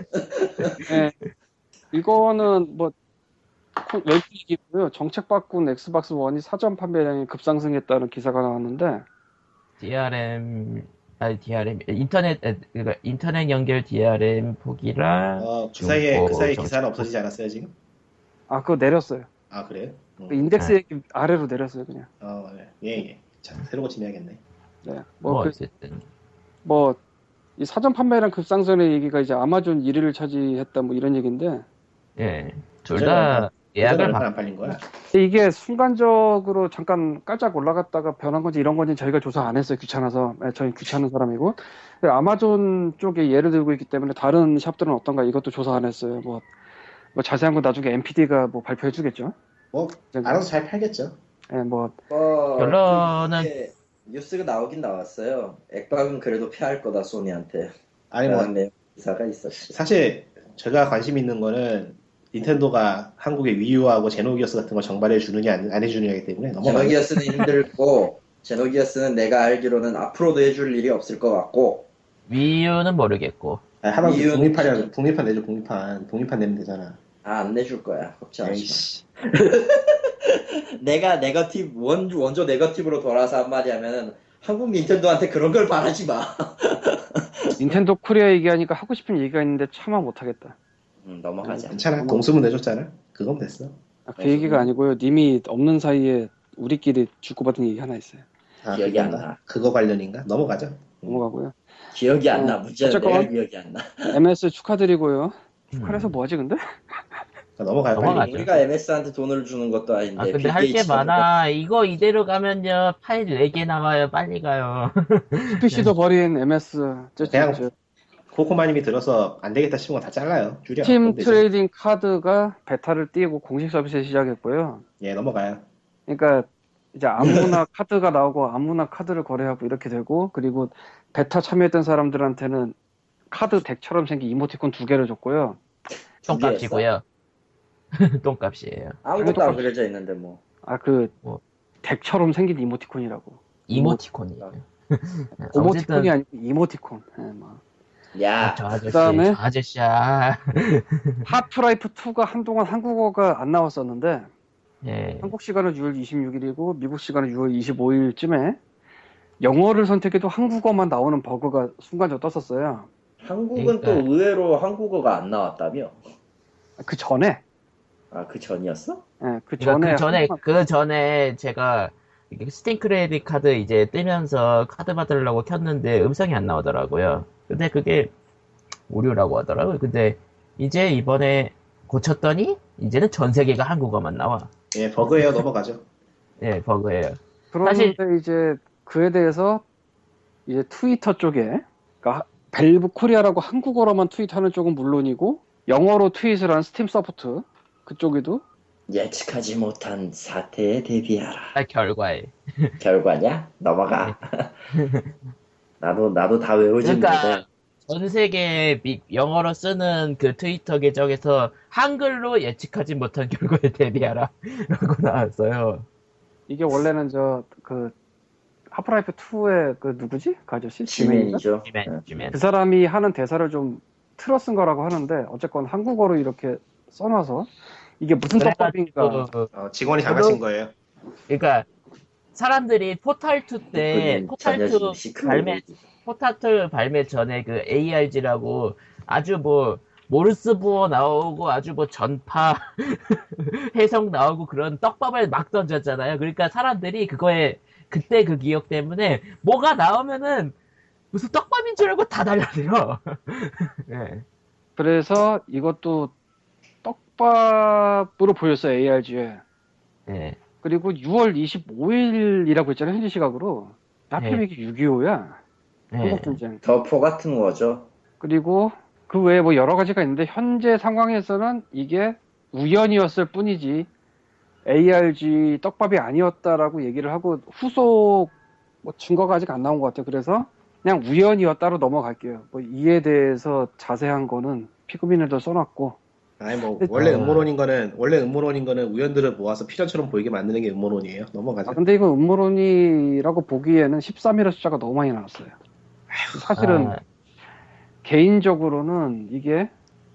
Speaker 4: 예. 이거는 뭐 코- 웹기고요. 정책 바꾼 엑스박스 원이 사전 판매량이 급상승했다는 기사가 나왔는데
Speaker 2: DRM 아니 DRM 인터넷 에, 그러니까 인터넷 연결 DRM 포기랑
Speaker 3: 어, 그 사이에 그
Speaker 2: 중고
Speaker 3: 사이에
Speaker 2: 아, 정책.
Speaker 3: 기사는 없어지지 않았어요 지금
Speaker 4: 아 그거 내렸어요.
Speaker 3: 아 그래요 음.
Speaker 4: 그
Speaker 2: 네.
Speaker 4: 인덱스 얘기 아래로 내렸어요 그냥.
Speaker 3: 어, 예, 예. 자, 새로 고침해야겠네.
Speaker 4: 네.
Speaker 2: 뭐,
Speaker 4: 뭐그
Speaker 2: 어쨌든
Speaker 4: 뭐, 이 사전 판매량 급상승의 얘기가 이제 아마존 1위를 차지했다 뭐 이런 얘기인데
Speaker 2: 예둘 다 예약을
Speaker 3: 예약을
Speaker 2: 받
Speaker 3: 안 팔린 거야?
Speaker 4: 근데 이게 순간적으로 잠깐 깔짝 올라갔다가 변한 건지 이런 건지 저희가 조사 안 했어요 귀찮아서 네, 저희 귀찮은 사람이고 근데 아마존 쪽에 예를 들고 있기 때문에 다른 샵들은 어떤가 이것도 조사 안 했어요 뭐, 뭐 자세한 건 나중에 NPD가 뭐 발표해 주겠죠
Speaker 3: 뭐 알아서 잘 팔겠죠.
Speaker 4: 예, 뭐
Speaker 1: 어,
Speaker 2: 결론은-
Speaker 1: 이게 뉴스가 나오긴 나왔어요. 액박은 그래도 피할 거다 소니한테.
Speaker 3: 아니 뭐
Speaker 1: 라는 내용 기사가 있었지.
Speaker 3: 사실 제가 관심 있는 거는 닌텐도가 한국의 위유하고 제노기어스 같은 걸 정발해 주느냐 안, 안 해주느냐기 때문에 넘어가요.
Speaker 1: 제노기어스는 힘들고 제노기어스는 내가 알기로는 앞으로도 해줄 일이 없을 것 같고
Speaker 2: 위유는 모르겠고
Speaker 3: 아, 하나
Speaker 1: 위유-
Speaker 3: 독립판이라 독립판 내줘 독립판 독립판 내면 되잖아.
Speaker 1: 아, 안 내줄 거야 걱정하지 마.
Speaker 3: 에이씨.
Speaker 1: 내가 네거티브 원, 원조 네거티브로 돌아서 한마디 하면은 한국 닌텐도한테 그런 걸 바라지 마.
Speaker 4: 닌텐도 코리아 얘기하니까 하고 싶은 얘기가 있는데 참아 못하겠다
Speaker 1: 음, 넘어가자.
Speaker 3: 괜찮아. 공수문 내줬잖아. 그건 됐어.
Speaker 4: 아, 그
Speaker 1: 그래서
Speaker 4: 얘기가
Speaker 1: 뭐-
Speaker 4: 아니고요 님이 없는 사이에 우리끼리 주고받은 얘기 하나 있어요
Speaker 3: 아,
Speaker 1: 기억이
Speaker 3: 그건가?
Speaker 1: 안 나.
Speaker 3: 그거 관련인가? 넘어가자.
Speaker 4: 넘어가고요
Speaker 1: 기억이 안 나.
Speaker 4: 어,
Speaker 1: 문제는
Speaker 4: 어쨌건-
Speaker 1: 내가 기억이 안 나.
Speaker 4: MS 축하드리고요
Speaker 2: 음.
Speaker 4: 축하해서 뭐하지 *laughs* 근데?
Speaker 3: 그러니까 넘어가요. 빨리.
Speaker 2: 넘어가죠.
Speaker 1: 우리가 MS한테 돈을 주는 것도 아닌데.
Speaker 2: 아 근데
Speaker 1: 빌
Speaker 2: 할 게
Speaker 1: 게이츠가
Speaker 2: 많아 이거 이대로 가면요 파일 4개 나와요 빨리 가요 *laughs*
Speaker 4: PC도 버린 MS 저,
Speaker 3: 그냥
Speaker 4: 저,
Speaker 3: 코코마님이 들어서 안 되겠다 싶은 거 다 잘라요. 줄여.
Speaker 4: 팀
Speaker 3: 그럼 되지.
Speaker 4: 트레이딩 카드가 베타를 띄고 공식 서비스 시작했고요.
Speaker 3: 예, 넘어가요.
Speaker 4: 그러니까 이제
Speaker 3: 네.
Speaker 4: 아무나 카드가 나오고 아무나 카드를 거래하고 이렇게 되고 그리고 베타 참여했던 사람들한테는 카드 덱처럼 생긴 이모티콘 두 개를 줬고요.
Speaker 1: 두 개였어.
Speaker 2: 똥값이고요 *laughs* 똥값이에요
Speaker 1: 아무것도 안 그려져 있는데 뭐.
Speaker 4: 아 그
Speaker 2: 뭐.
Speaker 4: 덱처럼 생긴 이모티콘이라고.
Speaker 2: 이모티콘이에요
Speaker 4: 오모티콘이
Speaker 2: 네, 어쨌든
Speaker 4: 아니고 이모티콘. 예, *laughs* 막.
Speaker 1: 야,
Speaker 2: 저 아저씨
Speaker 4: 그다음에?
Speaker 2: 저 아저씨야 *laughs*
Speaker 4: 하프라이프 2가 한동안 한국어가 안 나왔었는데
Speaker 2: 예.
Speaker 4: 한국 시간은 6월 26일이고 미국 시간은 6월 25일쯤에 영어를 선택해도 한국어만 나오는 버그가 순간적으로 떴었어요.
Speaker 1: 한국은
Speaker 2: 그러니까.
Speaker 1: 또 의외로 한국어가 안 나왔다며?
Speaker 4: 그 전에
Speaker 1: 아, 그 전이었어?
Speaker 4: 예, 그
Speaker 2: 그러니까
Speaker 4: 전에
Speaker 2: 그 전에
Speaker 4: 한국만-
Speaker 2: 그 전에 제가 이게 스팀 크레딧 카드 이제 뜨면서 카드 받으려고 켰는데 음성이 안 나오더라고요. 근데 그게 오류라고 하더라고요. 근데 이제 이번에 고쳤더니 이제는 전 세계가 한국어만 나와.
Speaker 3: 예, 버그예요. 넘어가죠.
Speaker 2: 예, 버그예요.
Speaker 4: 그런데 이제 그에 대해서 이제 트위터 쪽에 그러니까 벨브 코리아라고 한국어로만 트윗하는 쪽은 물론이고 영어로 트윗을 한 스팀 서포트 그쪽에도
Speaker 1: 예측하지 못한 사태에
Speaker 2: *laughs*
Speaker 1: 대비하라.
Speaker 2: 아, 결과에.
Speaker 1: 결과냐? 넘어가. *laughs* 나도, 나도 다 외우지
Speaker 2: 네. 그러니까
Speaker 1: 못해.
Speaker 2: 전 세계 미- 영어로 쓰는 그 트위터 계정에서 한글로 예측하지 못한 *laughs* 결과에 대비하라라고 나왔어요.
Speaker 4: 이게 원래는 저 그 하프라이프 2의 그 누구지? 그 아저씨? 지맨인가?
Speaker 1: 지맨이죠. 어.
Speaker 2: 지맨, 지맨.
Speaker 4: 그 사람이 하는 대사를 좀 틀어 쓴 거라고 하는데 어쨌건 한국어로 이렇게 써놔서 이게 무슨 떡밥인가
Speaker 2: 그래가지고
Speaker 3: 어, 직원이 당하신 거예요.
Speaker 2: 그러니까 사람들이 포탈2
Speaker 4: 그
Speaker 2: 때 포탈2 발매 포탈2 발매 전에 그 ARG라고 아주 뭐 모르스 부어 나오고 아주 뭐 전파 *laughs* 해석 나오고 그런 떡밥을 막 던졌잖아요. 그러니까 사람들이 그거에 그때 그 기억 때문에 뭐가 나오면은 무슨 떡밥인 줄 알고 다 달려들어. *laughs* 예.
Speaker 4: 그래서 이것도 떡밥으로 보였어요 ARG에
Speaker 2: 예.
Speaker 4: 그리고 6월 25일이라고 했잖아요, 현지 시각으로. 하필
Speaker 2: 네.
Speaker 4: 이게 6.25야.
Speaker 2: 예.
Speaker 4: 한국 전쟁.
Speaker 1: 더포 같은 거죠.
Speaker 4: 그리고 그 외에 뭐 여러 가지가 있는데, 현재 상황에서는 이게 우연이었을 뿐이지, ARG 떡밥이 아니었다라고 얘기를 하고, 후속 뭐 증거가 아직 안 나온 것 같아요. 그래서 그냥 우연이었다로 넘어갈게요. 뭐 이에 대해서 자세한 거는 피그민에도 써놨고,
Speaker 3: 아니
Speaker 2: *laughs*
Speaker 3: 뭐 원래
Speaker 2: 어.
Speaker 3: 음모론인 거는 원래 음모론인 거는 우연들을 모아서 필연처럼 보이게 만드는 게 음모론이에요. 넘어가죠.
Speaker 4: 아, 근데 이거 음모론이라고 보기에는 13일의 숫자가 너무 많이 나왔어요. 사실은
Speaker 2: 아,
Speaker 4: 개인적으로는 이게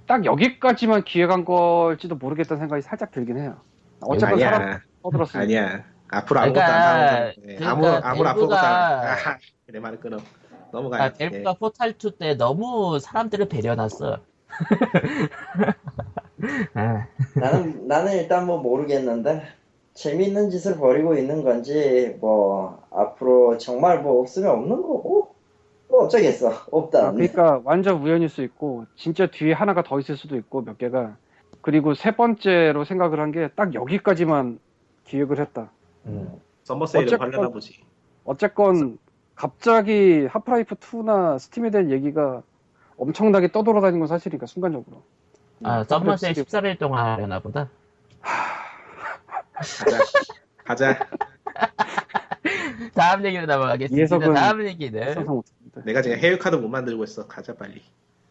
Speaker 4: 딱 여기까지만 기획한 걸지도 모르겠다는 생각이 살짝 들긴 해요. 어쨌든
Speaker 3: 아니야.
Speaker 4: 사람 떠들었으니까.
Speaker 3: 아니야. 앞으로 아무것도 안
Speaker 2: 그러니까-
Speaker 3: 하는 거. 예,
Speaker 2: 그러니까
Speaker 3: 아무 아무 아무것도 안.
Speaker 2: 밸브가-
Speaker 3: 아, 내 말을 끊어. 넘어가요. 예.
Speaker 4: 예.
Speaker 2: 아, 델프가 포탈2 때 너무 사람들을 *laughs* 배려놨어. 아,
Speaker 1: 나는, 나는 일단 뭐 모르겠는데, 재밌는 짓을 벌이고 있는 건지, 뭐, 앞으로 정말 뭐 없으면 없는 거고, 뭐 어쩌겠어. 없다. 없네.
Speaker 4: 그러니까 완전 우연일 수 있고 진짜 뒤에 하나가 더 있을 수도 있고 몇 개가 그리고 세 번째로 생각을 한 게 딱 여기까지만 기획을 했다.
Speaker 1: 음.
Speaker 3: 썸머세일을
Speaker 4: 어쨌건-
Speaker 3: 관련해 보지.
Speaker 4: 어쨌건 갑자기 하프라이프 2나 스팀에 대한 얘기가 엄청나게 떠돌아다닌 건 사실이니까 순간적으로.
Speaker 2: 아 썸머세 14일 동안 하려나 보다.
Speaker 3: 가자. 가자. 다음
Speaker 2: 다음 얘기로 넘어가겠습니다.
Speaker 4: 이해석은-
Speaker 2: 다음 얘기는
Speaker 4: 상상 못했는데.
Speaker 3: 내가 지금 해외 카드 못 만들고 있어. 가자 빨리.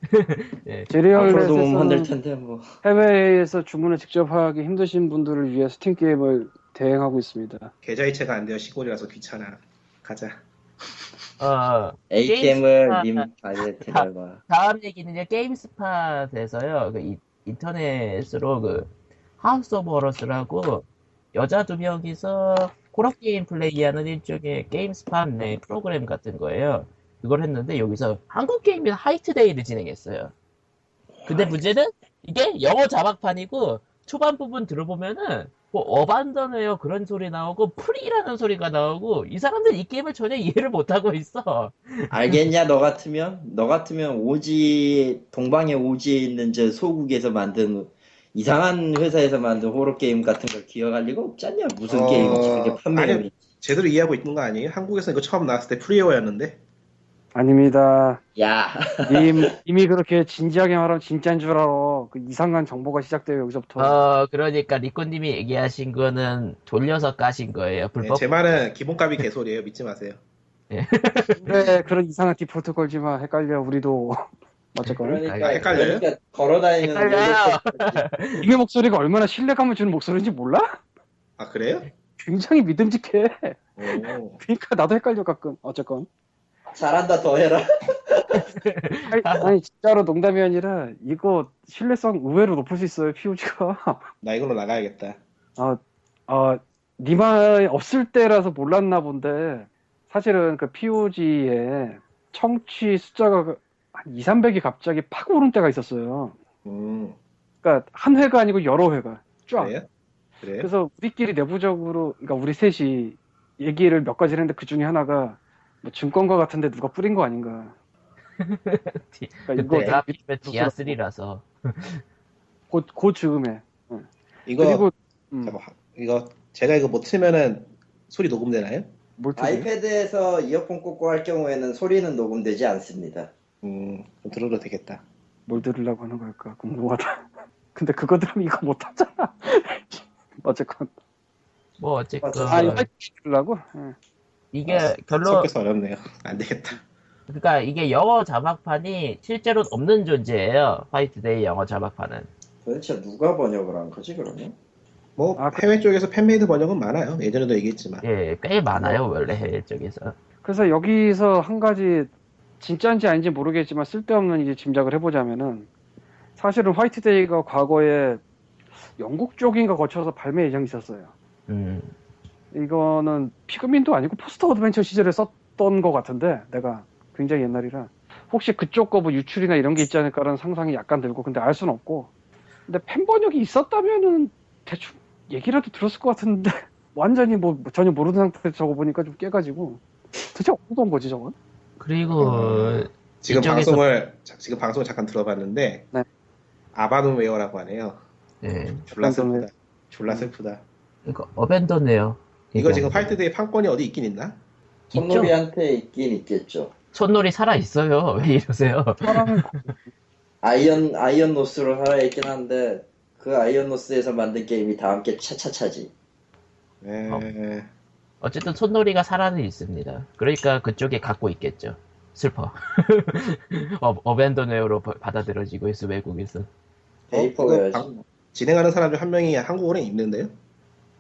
Speaker 1: 앞으로도 못 만들
Speaker 4: 제리얼에서는
Speaker 1: 텐데, 뭐.
Speaker 4: 해외에서 주문을 직접 하기 힘드신 분들을 위해 스팀 게임을 대행하고 있습니다.
Speaker 3: 계좌이체가 안 돼요. 시골이라서 귀찮아. 가자.
Speaker 2: 어
Speaker 1: ATM을
Speaker 2: 게임-
Speaker 1: 님 아니 테라마
Speaker 2: 다음 얘기는요 게임스팟에서요 그 이- 인터넷으로 그 하우스 오브 어러스라고 여자 두 명이서 코업 게임 플레이하는 일종의 게임스팟 내 프로그램 같은 거예요. 그걸 했는데 여기서 한국 게임인 하이트데이를 진행했어요. 근데 문제는 이게 영어 자막판이고 초반 부분 들어보면은 뭐 어반던웨어 그런 소리 나오고 프리라는 소리가 나오고 이 사람들 이 게임을 전혀 이해를 못하고 있어.
Speaker 1: 알겠냐 너 같으면 너 같으면 오지 동방의 오지에 있는 저 소국에서 만든 이상한 회사에서 만든 호러 게임 같은 걸 기억할 리가 없잖냐 무슨
Speaker 3: 어,
Speaker 1: 게임인지 그게
Speaker 3: 아니.
Speaker 1: 판매량이
Speaker 3: 제대로 이해하고 있는 거 아니에요? 한국에서 이거 처음 나왔을 때 프리웨어였는데.
Speaker 4: 아닙니다.
Speaker 1: 야
Speaker 4: 님, 이미 그렇게 진지하게 말하면 진짜인 줄 알아. 그 이상한 정보가 시작돼요, 여기서부터.
Speaker 2: 어, 그러니까 리코님이 얘기하신 거는 돌려서 까신 거예요.
Speaker 3: 예,
Speaker 2: 불법.
Speaker 3: 제 말은 기본값이 개소리예요. 믿지 마세요.
Speaker 4: 근데 네, 그런 이상한 디폴트 걸지마 헷갈려, 우리도. *laughs* 어쨌건.
Speaker 1: 그러니까
Speaker 2: 아,
Speaker 3: 헷갈려요?
Speaker 1: 그러니까 걸어다니는
Speaker 2: 헷갈려요.
Speaker 4: 이게 목소리가 얼마나 신뢰감을 주는 목소리인지 몰라?
Speaker 3: 아 그래요?
Speaker 4: 굉장히 믿음직해. *laughs*
Speaker 3: 오.
Speaker 4: 그러니까 나도 헷갈려, 가끔. 어쨌건.
Speaker 1: 잘한다 더 해라
Speaker 4: 아니, 아니, 진짜로 농담이 아니라, 이거 신뢰성 의외로 높을 수 있어요, POG가.
Speaker 3: 나 이걸로 나가야겠다.
Speaker 4: 아, 어, 니마 없을 때라서 몰랐나 본데 사실은 그 POG에 청취 숫자가 한 2, 300이 갑자기 팍 오른 때가 있었어요.
Speaker 3: 음,
Speaker 4: 그러니까 한 회가 아니고 여러 회가 쫙.
Speaker 3: 그래요? 그래요?
Speaker 4: 그래서 우리끼리 내부적으로 그러니까 우리 셋이 얘기를 몇 가지 했는데 그 중에 하나가 뭐 증권과 같은데 누가 뿌린
Speaker 2: *laughs*
Speaker 4: 거 아닌가. 그러니까 이거
Speaker 2: 그때
Speaker 4: 다
Speaker 2: 하필이면 디아3라서
Speaker 4: 고, 고 즈음에
Speaker 3: 이거
Speaker 4: 그리고 음,
Speaker 3: 잠깐만, 이거 제가 이거 못 틀면은 소리 녹음되나요?
Speaker 4: 뭘 틀어요?
Speaker 1: 아이패드에서 이어폰 꽂고 할 경우에는 소리는 녹음되지 않습니다.
Speaker 3: 음, 좀 들어도 되겠다.
Speaker 4: 뭘 들으려고 하는 걸까 궁금하다. *laughs* 근데 그거 들으면 이거 못 하잖아. *laughs* 어쨌건
Speaker 2: 뭐 어쨌건
Speaker 1: 맞아.
Speaker 4: 아 이거 들으려고? 예.
Speaker 2: 이게
Speaker 3: 아,
Speaker 2: 결론
Speaker 3: 섞여서 어렵네요. *laughs* 안 되겠다.
Speaker 2: 그러니까 이게 영어 자막판이 실제로 없는 존재예요. 화이트데이 영어 자막판은.
Speaker 1: 도대체 누가 번역을 한 거지 그러면?
Speaker 3: 뭐
Speaker 4: 아, 그-
Speaker 3: 해외 쪽에서 팬메이드 번역은 많아요. 예전에도 얘기했지만.
Speaker 2: 예, 꽤 많아요 원래 해외 쪽에서.
Speaker 4: 그래서 여기서 한 가지 진짜인지 아닌지 모르겠지만 쓸데없는 이제 짐작을 해보자면은 사실은 화이트데이가 과거에 영국 쪽인가 거쳐서 발매 예정이 있었어요.
Speaker 2: 음,
Speaker 4: 이거는 피그민도 아니고 포스터 어드벤처 시절에 썼던 것 같은데 내가 굉장히 옛날이라 혹시 그쪽 거 뭐 유출이나 이런 게 있지 않을까라는 상상이 약간 들고 근데 알 수는 없고 근데 팬 번역이 있었다면은 대충 얘기라도 들었을 것 같은데 *laughs* 완전히 뭐 전혀 모르는 상태에서 저거 보니까 좀 깨가지고 도대체 어떤 거지 저건?
Speaker 2: 그리고
Speaker 3: 지금
Speaker 2: 이쪽에서-
Speaker 3: 방송을 자- 지금 방송을 잠깐 들어봤는데
Speaker 4: 네.
Speaker 3: 아바돈웨어라고 하네요.
Speaker 2: 예,
Speaker 3: 졸라
Speaker 4: 아바돈웨어.
Speaker 3: 슬프다.
Speaker 4: 음.
Speaker 3: 졸라 슬프다.
Speaker 2: 그러니까 어벤더네요. 그러니까
Speaker 3: 이거 지금 화이트데이 판권이 어디 있긴 있나?
Speaker 1: 손놀이한테 있긴 있겠죠.
Speaker 2: 첫놀이 살아 있어요. *laughs* 왜 이러세요?
Speaker 4: 사람은
Speaker 1: 아이언 아이언 노스로 살아있긴 한데 그 아이언 노스에서 만든 게임이 다 함께 차차차지.
Speaker 3: 에...
Speaker 2: 어. 어쨌든 손놀이가 살아는 있습니다. 그러니까 그쪽에 갖고 있겠죠. 슬퍼. *laughs* 어, 어벤더네어로 바- 받아들여지고 있어 외국에서.
Speaker 3: 그거
Speaker 1: 데이퍼가
Speaker 3: 방- 진행하는 사람 중 한 명이 한국어로 읽는데요?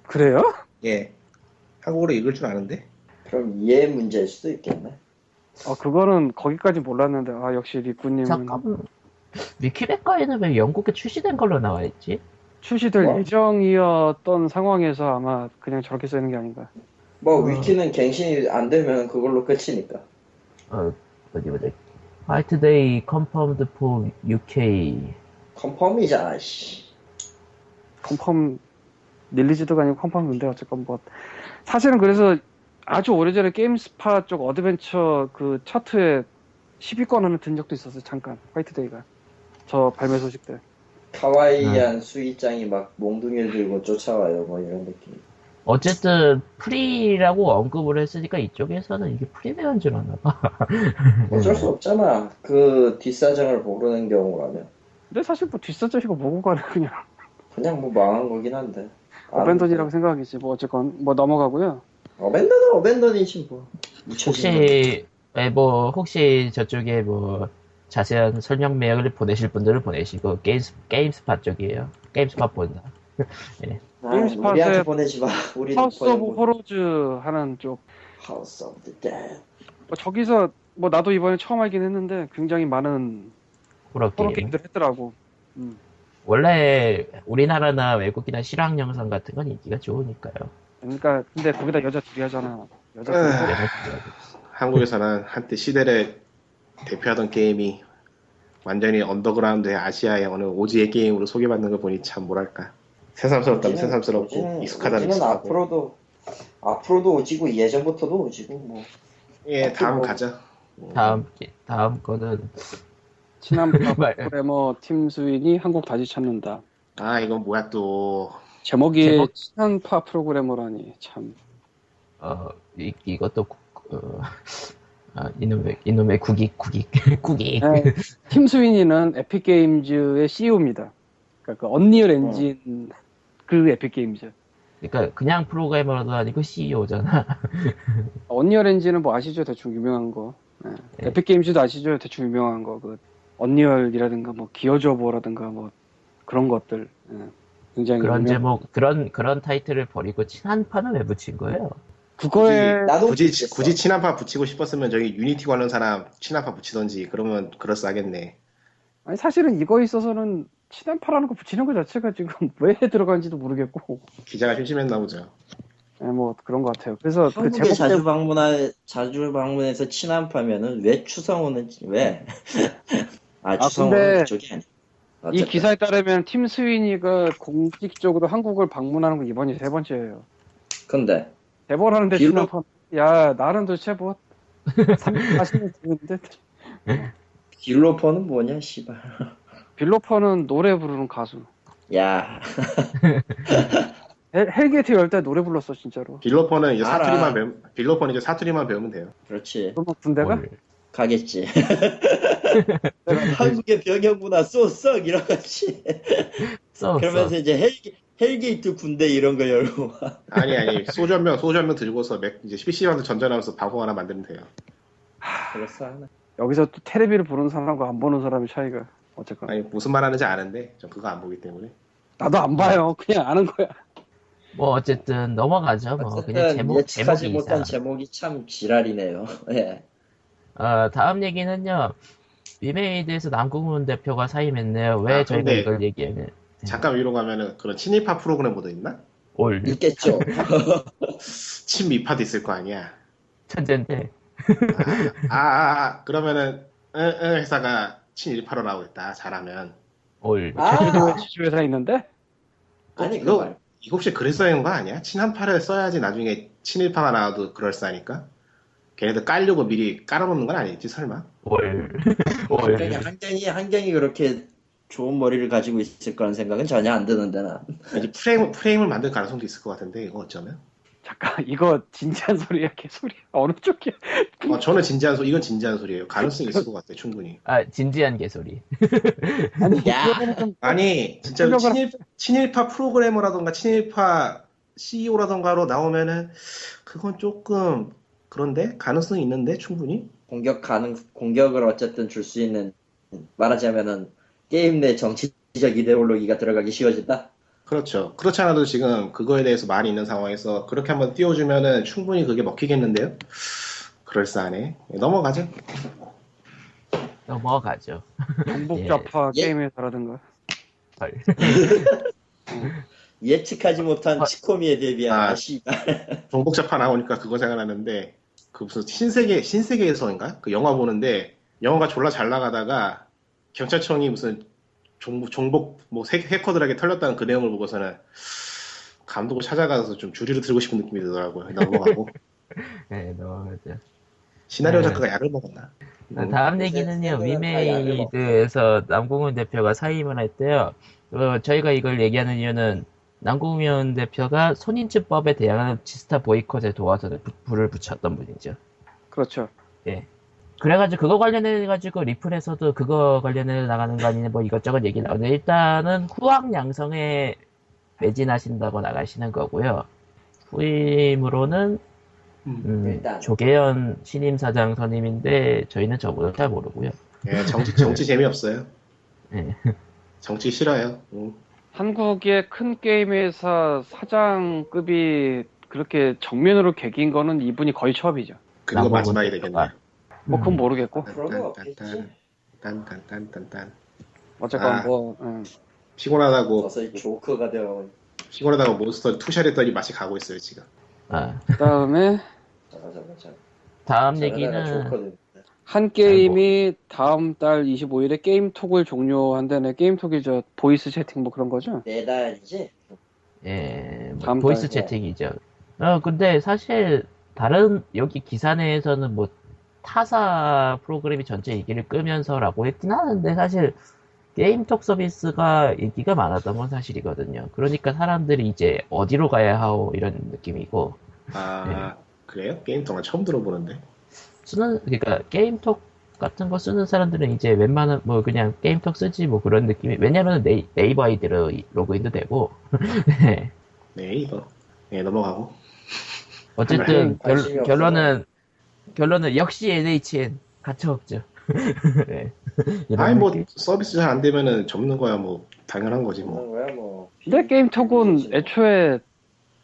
Speaker 4: 그래요?
Speaker 3: 예. 한국어로 읽을 줄 아는데?
Speaker 1: 그럼 이해 문제일 수도 있겠네.
Speaker 4: 아 그거는 거기까지 몰랐는데 아 역시 리꾸님은
Speaker 2: 잠깐 위키백과에는 왜 영국에 출시된 걸로 나와 있지?
Speaker 4: 출시될
Speaker 1: 뭐?
Speaker 4: 예정이었던 상황에서 아마 그냥 저렇게 써 있는 게 아닌가
Speaker 1: 뭐
Speaker 2: 음.
Speaker 1: 위키는 갱신이 안 되면 그걸로 끝이니까.
Speaker 2: 어 어디 보자. 화이트데이 컨펌드 포 UK
Speaker 1: 컨펌이잖아. 씨.
Speaker 4: 컨펌 릴리즈도가 아니고 컨펌인데 어쨌건 뭐 사실은 그래서 아주 오래전에 게임스파 쪽 어드벤처 그 차트에 10위권 안에 든 적도 있었어요 잠깐 화이트데이가 저 발매 소식 때
Speaker 1: 카와이한 수위장이 막 몽둥이를 들고 쫓아와요. 뭐 이런 느낌.
Speaker 2: 어쨌든 프리라고 언급을 했으니까 이쪽에서는 이게 프리메어인 줄 아나 봐.
Speaker 1: 어쩔 수 없잖아. 그 뒷사정을 모르는 경우라면
Speaker 4: 근데 사실 뭐 뒷사자리가 뭐고 가는 *laughs* 그냥
Speaker 1: 그냥 뭐 망한 거긴 한데. 네.
Speaker 4: 어벤던이라고 생각하겠지 뭐 어쨌건 뭐 넘어가고요
Speaker 1: 어벤더는 어벤더이지 뭐.
Speaker 4: 네, 그렇죠.
Speaker 2: 혹시 예, 뭐 혹시 저쪽에 뭐 자세한 설명 메일을 보내실 분들은 보내시고 게임스 게임스팟 쪽이에요. 게임스팟 본다.
Speaker 1: 아,
Speaker 4: 게임스팟에-
Speaker 1: 우리한테 보내지 마. *laughs* 우리 뭐
Speaker 4: 하우스 오브 호러즈 하는 쪽
Speaker 1: 하우스 오브 더 데드.
Speaker 4: 뭐 저기서 뭐 나도 이번에 처음 알긴 했는데 굉장히 많은
Speaker 2: 호러
Speaker 4: 호러
Speaker 2: 게임.
Speaker 4: 게임들 했더라고
Speaker 2: 원래 우리나라나 외국이나 실황 영상 같은 건 인기가 좋으니까요.
Speaker 4: 그러니까 근데 거기다 여자 둘이 하잖아 여자
Speaker 3: 에휴.
Speaker 4: 둘이
Speaker 2: 예.
Speaker 3: 한국에서는 한때 시대를 대표하던 게임이 완전히 언더그라운드의 아시아의 어느 오지의 게임으로 소개받는 걸 보니 참 뭐랄까 새삼스럽다 새삼스럽고
Speaker 1: 음,
Speaker 3: 익숙하다는
Speaker 1: 우리는
Speaker 3: 익숙하고
Speaker 1: 앞으로도 앞으로도 오지고 예전부터도 오지고 뭐.
Speaker 3: 예 다음
Speaker 1: 앞으로- 뭐
Speaker 3: 가자
Speaker 2: 다음 게- 다음 거는
Speaker 4: 친한
Speaker 2: 말-
Speaker 4: 아, 프로그래머 팀 스윈이 한국 다시 찾는다.
Speaker 3: 아 이건 뭐야 또
Speaker 4: 제목이
Speaker 2: *laughs* 제목.
Speaker 4: 친한 파 프로그래머라니 참.
Speaker 2: 어 이, 이것도 구- 어, 아, 이놈의 이놈의 국익 국익 *laughs* 국익.
Speaker 4: 네, 팀 스윈이는 에픽 게임즈의 CEO입니다. 그러니까 그 언리얼
Speaker 3: 어.
Speaker 4: 엔진 그 에픽 게임즈.
Speaker 2: 그러니까 그냥 프로그래머도 아니고 E CEO잖아.
Speaker 4: 언리얼 엔진은 뭐 아시죠? 대충 유명한 거. 네.
Speaker 2: 네.
Speaker 4: 에픽 게임즈도 아시죠? 대충 유명한 거. 그 언리얼이라든가 뭐 기어저버라든가 뭐 그런 것들. 네. 굉장히
Speaker 2: 그런
Speaker 4: 유명.
Speaker 2: 제목 그런 그런 타이틀을 버리고 친한 판을 왜 붙인 거예요?
Speaker 4: 그거에
Speaker 1: 나도
Speaker 3: 굳이
Speaker 1: 모르겠어.
Speaker 3: 굳이 친한파 붙이고 싶었으면 저기 유니티 관련 사람 친한파 붙이던지 그러면 그럴싸하겠네
Speaker 4: 아니 사실은 이거 에 있어서는 치단파라는 거 붙이는 거 자체가 지금 *laughs* 왜 들어간지도 모르겠고
Speaker 3: 기자가 심심했나 보죠.
Speaker 4: 예, 뭐 그런 것 같아요. 그래서 그
Speaker 1: 한국에
Speaker 4: 제목
Speaker 1: 자주
Speaker 4: 때문에
Speaker 1: 방문하 자주 방문해서 친한파면은 왜 추성호는 왜? *laughs* 아 추성호는
Speaker 4: 근데
Speaker 1: 그쪽이 아니.
Speaker 4: 이
Speaker 1: 어쨌든.
Speaker 4: 기사에 따르면 팀 스위니가 공식적으로 한국을 방문하는 건 이번이 세 번째예요.
Speaker 1: 근데
Speaker 4: 대본 하는데
Speaker 1: 빌로-
Speaker 4: 치단파 야 나는 도대체 뭐 30년 됐는데
Speaker 1: 길로퍼는 뭐냐 씨발.
Speaker 4: 빌로퍼는 노래 부르는 가수.
Speaker 1: 야
Speaker 4: 헬- 헬게이트 열 때 노래 불렀어 진짜로.
Speaker 3: 빌로퍼는 이제
Speaker 1: 알아.
Speaker 3: 사투리만 배우, 빌로퍼는 이제 사투리만 배우면 돼요.
Speaker 1: 그렇지
Speaker 4: 그러면
Speaker 1: 어,
Speaker 4: 군대가
Speaker 1: 예.
Speaker 2: 뭘.
Speaker 1: *laughs* 가겠지.
Speaker 4: 내가
Speaker 1: 한국의 병역 문화 쏘썩 이러겠지.
Speaker 2: 써,
Speaker 1: 그러면서
Speaker 2: 써.
Speaker 1: 이제 헬기 헬게이트 군대 이런 거 열고 막.
Speaker 3: 아니 아니 소주 한 병 소주 한 병 들고서 맥 이제 PC방에서 전전하면서 방송 하나 만들면 돼요.
Speaker 1: 그래서 하나.
Speaker 4: 여기서 또 테레비를 보는 사람과 안 보는 사람의 차이가 어쨌거나
Speaker 3: 아니 무슨 말 하는지 아는데 전 그거 안 보기 때문에.
Speaker 4: 나도 안 봐요. 그냥 아는 거야.
Speaker 2: 뭐 어쨌든 넘어가죠. 뭐 그냥
Speaker 1: 어쨌든
Speaker 2: 제목
Speaker 1: 예측하지
Speaker 2: 제목이
Speaker 1: 못한
Speaker 2: 이상.
Speaker 1: 제목이 참 지랄이네요. *laughs* 예.
Speaker 2: 어, 다음 얘기는요. 리메이드에서 남궁훈 대표가 사임했네요. 왜
Speaker 3: 아,
Speaker 2: 저희가
Speaker 3: 근데-
Speaker 2: 이걸 얘기하면
Speaker 3: 잠깐 위로 가면은 그런 친일파 프로그램도 있나?
Speaker 2: 올
Speaker 1: 있겠죠.
Speaker 2: 음.
Speaker 3: 친미파도 있을 거 아니야.
Speaker 2: 천재인데
Speaker 3: 아, 아, 아, 그러면은 응, 응 회사가 친일파로 나오겠다. 잘하면
Speaker 2: 올
Speaker 1: *laughs* 아,
Speaker 4: 지주회사 있는데
Speaker 1: 아니
Speaker 3: 이거-
Speaker 1: 그거
Speaker 3: 이거 혹시 글을 써야 하는 거 아니야? 친한파를 써야지 나중에 친일파가 나와도 그럴싸하니까. 걔네들 깔려고 미리 깔아놓는 건 아니겠지 설마?
Speaker 2: 올.
Speaker 1: 그러니까 한경이
Speaker 2: 올.
Speaker 1: 한경이 한경이 그렇게 좋은 머리를 가지고 있을 거란 생각은 전혀 안 드는데 나.
Speaker 3: 이제 프레임 프레임을 만들 가능성도 있을 것 같은데 이거 어쩌면.
Speaker 4: 잠깐 이거 진지한 소리야 개소리야 어느
Speaker 1: *laughs*
Speaker 4: 쪽이야
Speaker 3: 어, 저는 진지한 소 이건 진지한 소리예요. 가능성이 있을 것 같아 충분히.
Speaker 2: 아 진지한 개소리.
Speaker 4: 아니
Speaker 1: 야.
Speaker 4: 이거는 좀
Speaker 3: 아니 진짜 로
Speaker 4: 실력을-
Speaker 3: 친일 친일파 프로그래머라던가 친일파 CEO라던가로 나오면은 그건 조금 그런데 가능성이 있는데 충분히.
Speaker 1: 공격 가능 공격을 어쨌든 줄 수 있는 말하자면은 게임 내 정치적 이데올로기가 들어가기 쉬워진다.
Speaker 3: 그렇죠. 그렇지 않아도 지금 그거에 대해서 많이 있는 상황에서 그렇게 한번 띄워주면은 충분히 그게 먹히겠는데요? 그럴싸하네. 예, 넘어가죠.
Speaker 2: 넘어가죠.
Speaker 4: 동북좌파
Speaker 1: 예.
Speaker 4: 게임회사라든가
Speaker 2: 헐.
Speaker 1: 예측하지 못한
Speaker 2: 아.
Speaker 1: 치코미에 대비한
Speaker 3: 아.
Speaker 1: 아시.
Speaker 3: 종북자파 나오니까 그거 생각나는데 그 무슨 신세계 신세계에서인가? 그 영화 보는데 영화가 졸라 잘 나가다가 경찰청이 무슨 종북 종북 뭐 세- 해커들에게 털렸다는 그 내용을 보고서는 감독을 찾아가서 좀 주리를 들고 싶은 느낌이 들더라고요.
Speaker 2: *laughs*
Speaker 3: 넘어가고
Speaker 2: 네 넘어가죠.
Speaker 3: 시나리오
Speaker 2: 네.
Speaker 3: 작가가 약을 먹었나?
Speaker 2: 아, 다음
Speaker 1: 요새
Speaker 2: 얘기는요.
Speaker 1: 세계는 다 약을 먹-
Speaker 2: 위메이드에서 남궁훈 대표가 사임을 했대요. 어, 저희가 이걸 얘기하는 이유는 남궁훈 대표가 손인치법에 대한 지스타 보이콧에 도와서 부- 불을 붙였던 분이죠. 예.
Speaker 4: 그렇죠
Speaker 2: 그래가지고 그거 관련해가지고 리플에서도 그거 관련해 나가는 거 아니냐 뭐 이것저것 얘기 나오는데 일단은 후학 양성에 매진하신다고 나가시는 거고요. 후임으로는 음,
Speaker 1: 일단.
Speaker 2: 조계현 신임 사장 선임인데 저희는 저보다 잘 모르고요.
Speaker 3: 예, 정치 정치 재미없어요.
Speaker 2: 예.
Speaker 3: 정치 싫어요. 음.
Speaker 4: 한국의 큰 게임회사 사장급이 그렇게 정면으로 개긴 거는 이분이 거의 처음이죠
Speaker 3: 그리고
Speaker 2: 남궁은
Speaker 3: 마지막이
Speaker 2: 대표가.
Speaker 3: 되겠네요.
Speaker 4: 뭐 그건
Speaker 2: 음.
Speaker 4: 모르겠고
Speaker 1: 그런 거 없겠지.
Speaker 3: 딴딴딴딴딴
Speaker 4: 어쨌건
Speaker 3: 아.
Speaker 4: 뭐 음.
Speaker 3: 피곤하다고
Speaker 1: 서서히 조커가 되어.
Speaker 3: 피곤하다고 몬스터 투샷했더니 맛이 가고 있어요 지금
Speaker 2: 아,
Speaker 4: 그다음에
Speaker 1: 잠깐 잠깐 잠깐.
Speaker 2: 다음
Speaker 1: 잘하다가
Speaker 2: 얘기는
Speaker 1: 조커 됐네.
Speaker 4: 한 게임이
Speaker 2: 뭐.
Speaker 4: 다음 달 25일에 게임톡을 종료한다네 게임톡이 저 보이스 채팅 뭐 그런 거죠
Speaker 1: 네 달이지.
Speaker 2: 예, 뭐
Speaker 4: 다음
Speaker 2: 보이스
Speaker 1: 달에.
Speaker 2: 채팅이죠. 어, 근데 사실 다른 여기 기사 내에서는 뭐 타사 프로그램이 전체 인기를 끄면서라고 했긴 하는데 사실 게임톡 서비스가 인기가 많았던 건 사실이거든요. 그러니까 사람들이 이제 어디로 가야 하오 이런 느낌이고
Speaker 3: 아
Speaker 2: 네.
Speaker 3: 그래요? 게임 동안 처음 들어보는데
Speaker 2: 쓰는 그러니까 게임톡 같은 거 쓰는 사람들은 이제 웬만한 뭐 그냥 게임톡 쓰지 뭐 그런 느낌이 왜냐면 네이, 네이버 아이디로 이- 로그인도 되고 네.
Speaker 3: 네 이거 네 넘어가고
Speaker 2: 어쨌든
Speaker 1: 그래, 관심이
Speaker 2: 결, 론은 결론은 역시 NHN 가차 없죠. 네. 이런
Speaker 3: 아니 뭐
Speaker 2: 느낌.
Speaker 3: 서비스 잘 안 되면은 접는 거야 뭐 당연한 거지 뭐
Speaker 1: 그런 거야 뭐.
Speaker 2: 음,
Speaker 4: 근데
Speaker 1: 이미지
Speaker 2: 그렇죠.
Speaker 4: 게임톡은
Speaker 1: 뭐.
Speaker 4: 애초에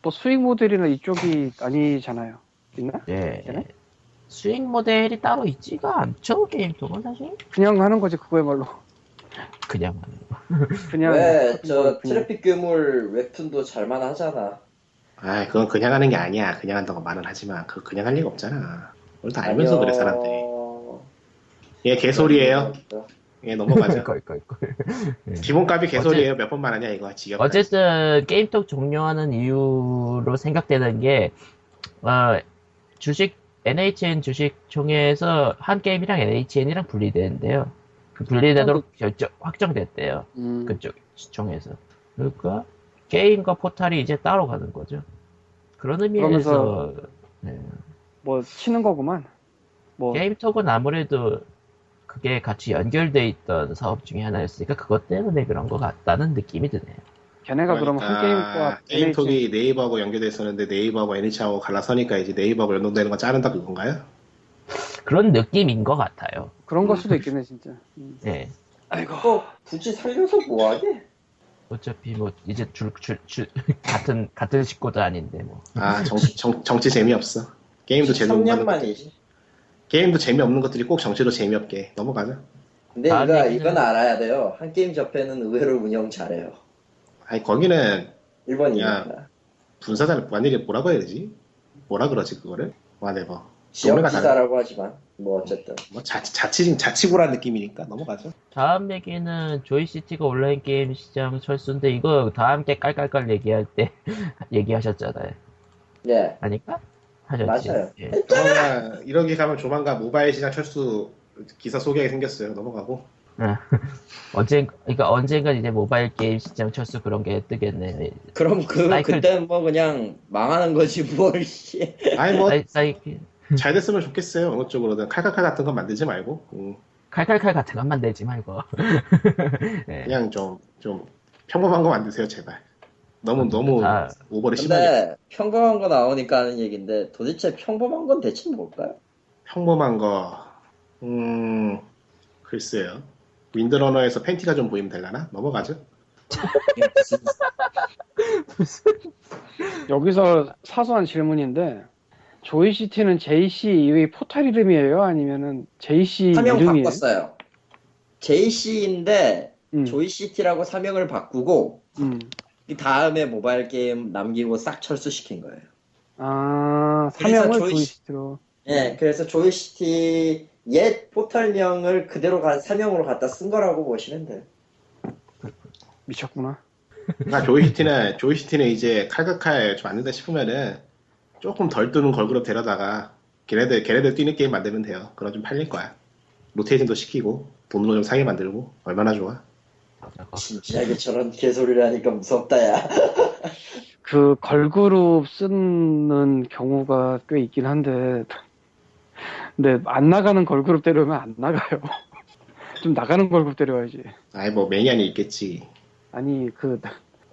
Speaker 4: 뭐 수익 모델이나 이쪽이 아니잖아요 있나?
Speaker 2: 네.
Speaker 4: 그래?
Speaker 2: 수익 모델이 따로 있지가 않죠 게임톡은 사실
Speaker 4: 그냥 하는 거지 그거야말로
Speaker 2: 그냥 하는 거.
Speaker 4: 그냥
Speaker 2: 네.
Speaker 1: 왜 저
Speaker 4: 그냥-
Speaker 1: 트래픽 괴물 웹툰도 잘만 하잖아.
Speaker 3: 아, 그건 그냥 하는 게 아니야. 그냥 한다고 말은 하지만 그 그냥 할 리가 없잖아. 그걸 다 알면서
Speaker 1: 아니요.
Speaker 3: 그래 사람들이. 얘 개소리예요.
Speaker 2: 네.
Speaker 3: 얘
Speaker 2: *laughs*
Speaker 3: 넘어가자.
Speaker 2: 껄껄껄.
Speaker 3: 기본값이 개소리예요. 몇 번만 하냐 이거 지겹다.
Speaker 2: 네. 어쨌든 게임톡 종료하는 이유로 생각되는 게 어, 주식 NHN 주식총회에서 한 게임이랑 NHN이랑 분리되는데요. 그 분리되도록 결정 확정됐대요.
Speaker 4: 음,
Speaker 2: 그쪽 시청에서. 그러니까 게임과 포탈이 이제 따로 가는 거죠. 그런 의미에서 네,
Speaker 4: 뭐 치는 거구만. 뭐
Speaker 2: 예? 게임톡은 아무래도 그게 같이 연결돼 있던 사업 중에 하나였으니까 그것 때문에 그런 것 같다는 느낌이 드네요.
Speaker 4: 걔네가 그러니까 그러면한 그러니까 게임과
Speaker 3: 그러니까 게임톡이
Speaker 4: NH
Speaker 3: 네이버하고 연결돼 있었는데 네이버하고 NH하고 갈라서니까 이제 네이버하고 연동되는 거 자른다 그건가요?
Speaker 2: 그런 느낌인 것 같아요.
Speaker 4: 그런 걸 수도 있겠네 진짜. 음.
Speaker 2: 예.
Speaker 4: 아이고.
Speaker 1: 그거 어, 굳이 살려서 뭐하게?
Speaker 2: 어차피 뭐 이제 줄, 줄, *laughs* 줄 같은 같은 식구도 아닌데 뭐
Speaker 3: 아 정치 정, 정치 재미없어. 게임도 재미 없는
Speaker 1: 3년
Speaker 3: 것들-
Speaker 1: 만이지.
Speaker 3: 게임도 재미없는 것들이 꼭 정치로 재미없게 넘어가자.
Speaker 1: 근데
Speaker 2: 다음
Speaker 1: 이거
Speaker 2: 얘기는-
Speaker 1: 이건 알아야 돼요. 한 게임 접해는 의외로 운영 잘해요.
Speaker 3: 아니 거기는
Speaker 1: 일본이니까.
Speaker 3: 분사자를 완전히 뭐라고 해야 되지? 뭐라 그러지 그거를? 와네버. 동네가 다른-
Speaker 1: 지역지사라고 하지만 뭐 어쨌든
Speaker 3: 뭐 자, 자치 자치구란 느낌이니까 넘어가죠.
Speaker 2: 다음 얘기는 조이시티가 온라인 게임 시장 철수인데 이거 다 함께 깔깔깔 얘기할 때 *laughs* 얘기하셨잖아요.
Speaker 1: 예
Speaker 2: 아닐까? 하셨지.
Speaker 1: 맞아요.
Speaker 2: 예.
Speaker 3: 조만간 이렇게 가면 조만간 모바일 시장 철수 기사 소개가 생겼어요. 넘어가고.
Speaker 2: 언젠 그러니까 언젠간 이제 모바일 게임 시장 철수 그런 게 뜨겠네.
Speaker 1: 그럼 그
Speaker 2: 사이클-
Speaker 1: 그때 뭐 그냥 망하는 거지 *laughs* 뭘 씨.
Speaker 3: 아니
Speaker 2: 사이, 사이
Speaker 3: 뭐 잘 됐으면 좋겠어요. 어느 쪽으로든 칼칼칼 같은 건 만들지 말고 음,
Speaker 2: 칼칼칼 같은 것만 내지 말고. 예.
Speaker 3: 그냥 좀 좀 평범한 거 만드세요 제발. 너무 너무
Speaker 2: 아.
Speaker 3: 오버를 심하게
Speaker 1: 근데 평범한 거 나오니까 하는 얘기인데 도대체 평범한 건 대체 뭘까요?
Speaker 3: 평범한 거. 음 글쎄요. 윈드러너에서 팬티가 좀 보이면 되려나? 넘어가죠.
Speaker 4: 여기서 사소한 질문인데 조이시티는 JC 이외 포탈 이름이에요? 아니면은 JC
Speaker 1: 사명
Speaker 4: 이름이에요?
Speaker 1: 바꿨어요. JC인데
Speaker 4: 음,
Speaker 1: 조이시티라고 사명을 바꾸고
Speaker 4: 음.
Speaker 1: 그 다음에 모바일 게임 남기고 싹 철수시킨 거예요.
Speaker 4: 아
Speaker 1: 그래서
Speaker 4: 사명을
Speaker 1: 조이시-
Speaker 4: 조이시티로.
Speaker 1: 예, 그래서 조이시티 옛 포털명을 그대로 가- 사명으로 갖다 쓴 거라고 보시면 돼요.
Speaker 4: 미쳤구나.
Speaker 3: 그러니까 조이시티는 조이시티는 이제 칼칼칼 좀 만든다 싶으면은 조금 덜 뜨는 걸그룹 데려다가 걔네들 걔네들 뛰는 게임 만들면 돼요. 그럼 좀 팔릴 거야. 로테이션도 시키고 돈으로 좀 사게 만들고 얼마나 좋아.
Speaker 1: 진짜 이게 저런 개소리를 하니까 무섭다, 야.
Speaker 4: 그 걸그룹 쓰는 경우가 꽤 있긴 한데 근데 안 나가는 걸그룹 데려오면 안 나가요 *laughs* 좀 나가는 걸그룹 데려와야지
Speaker 3: 아이 뭐 매니안이 있겠지.
Speaker 4: 아니 그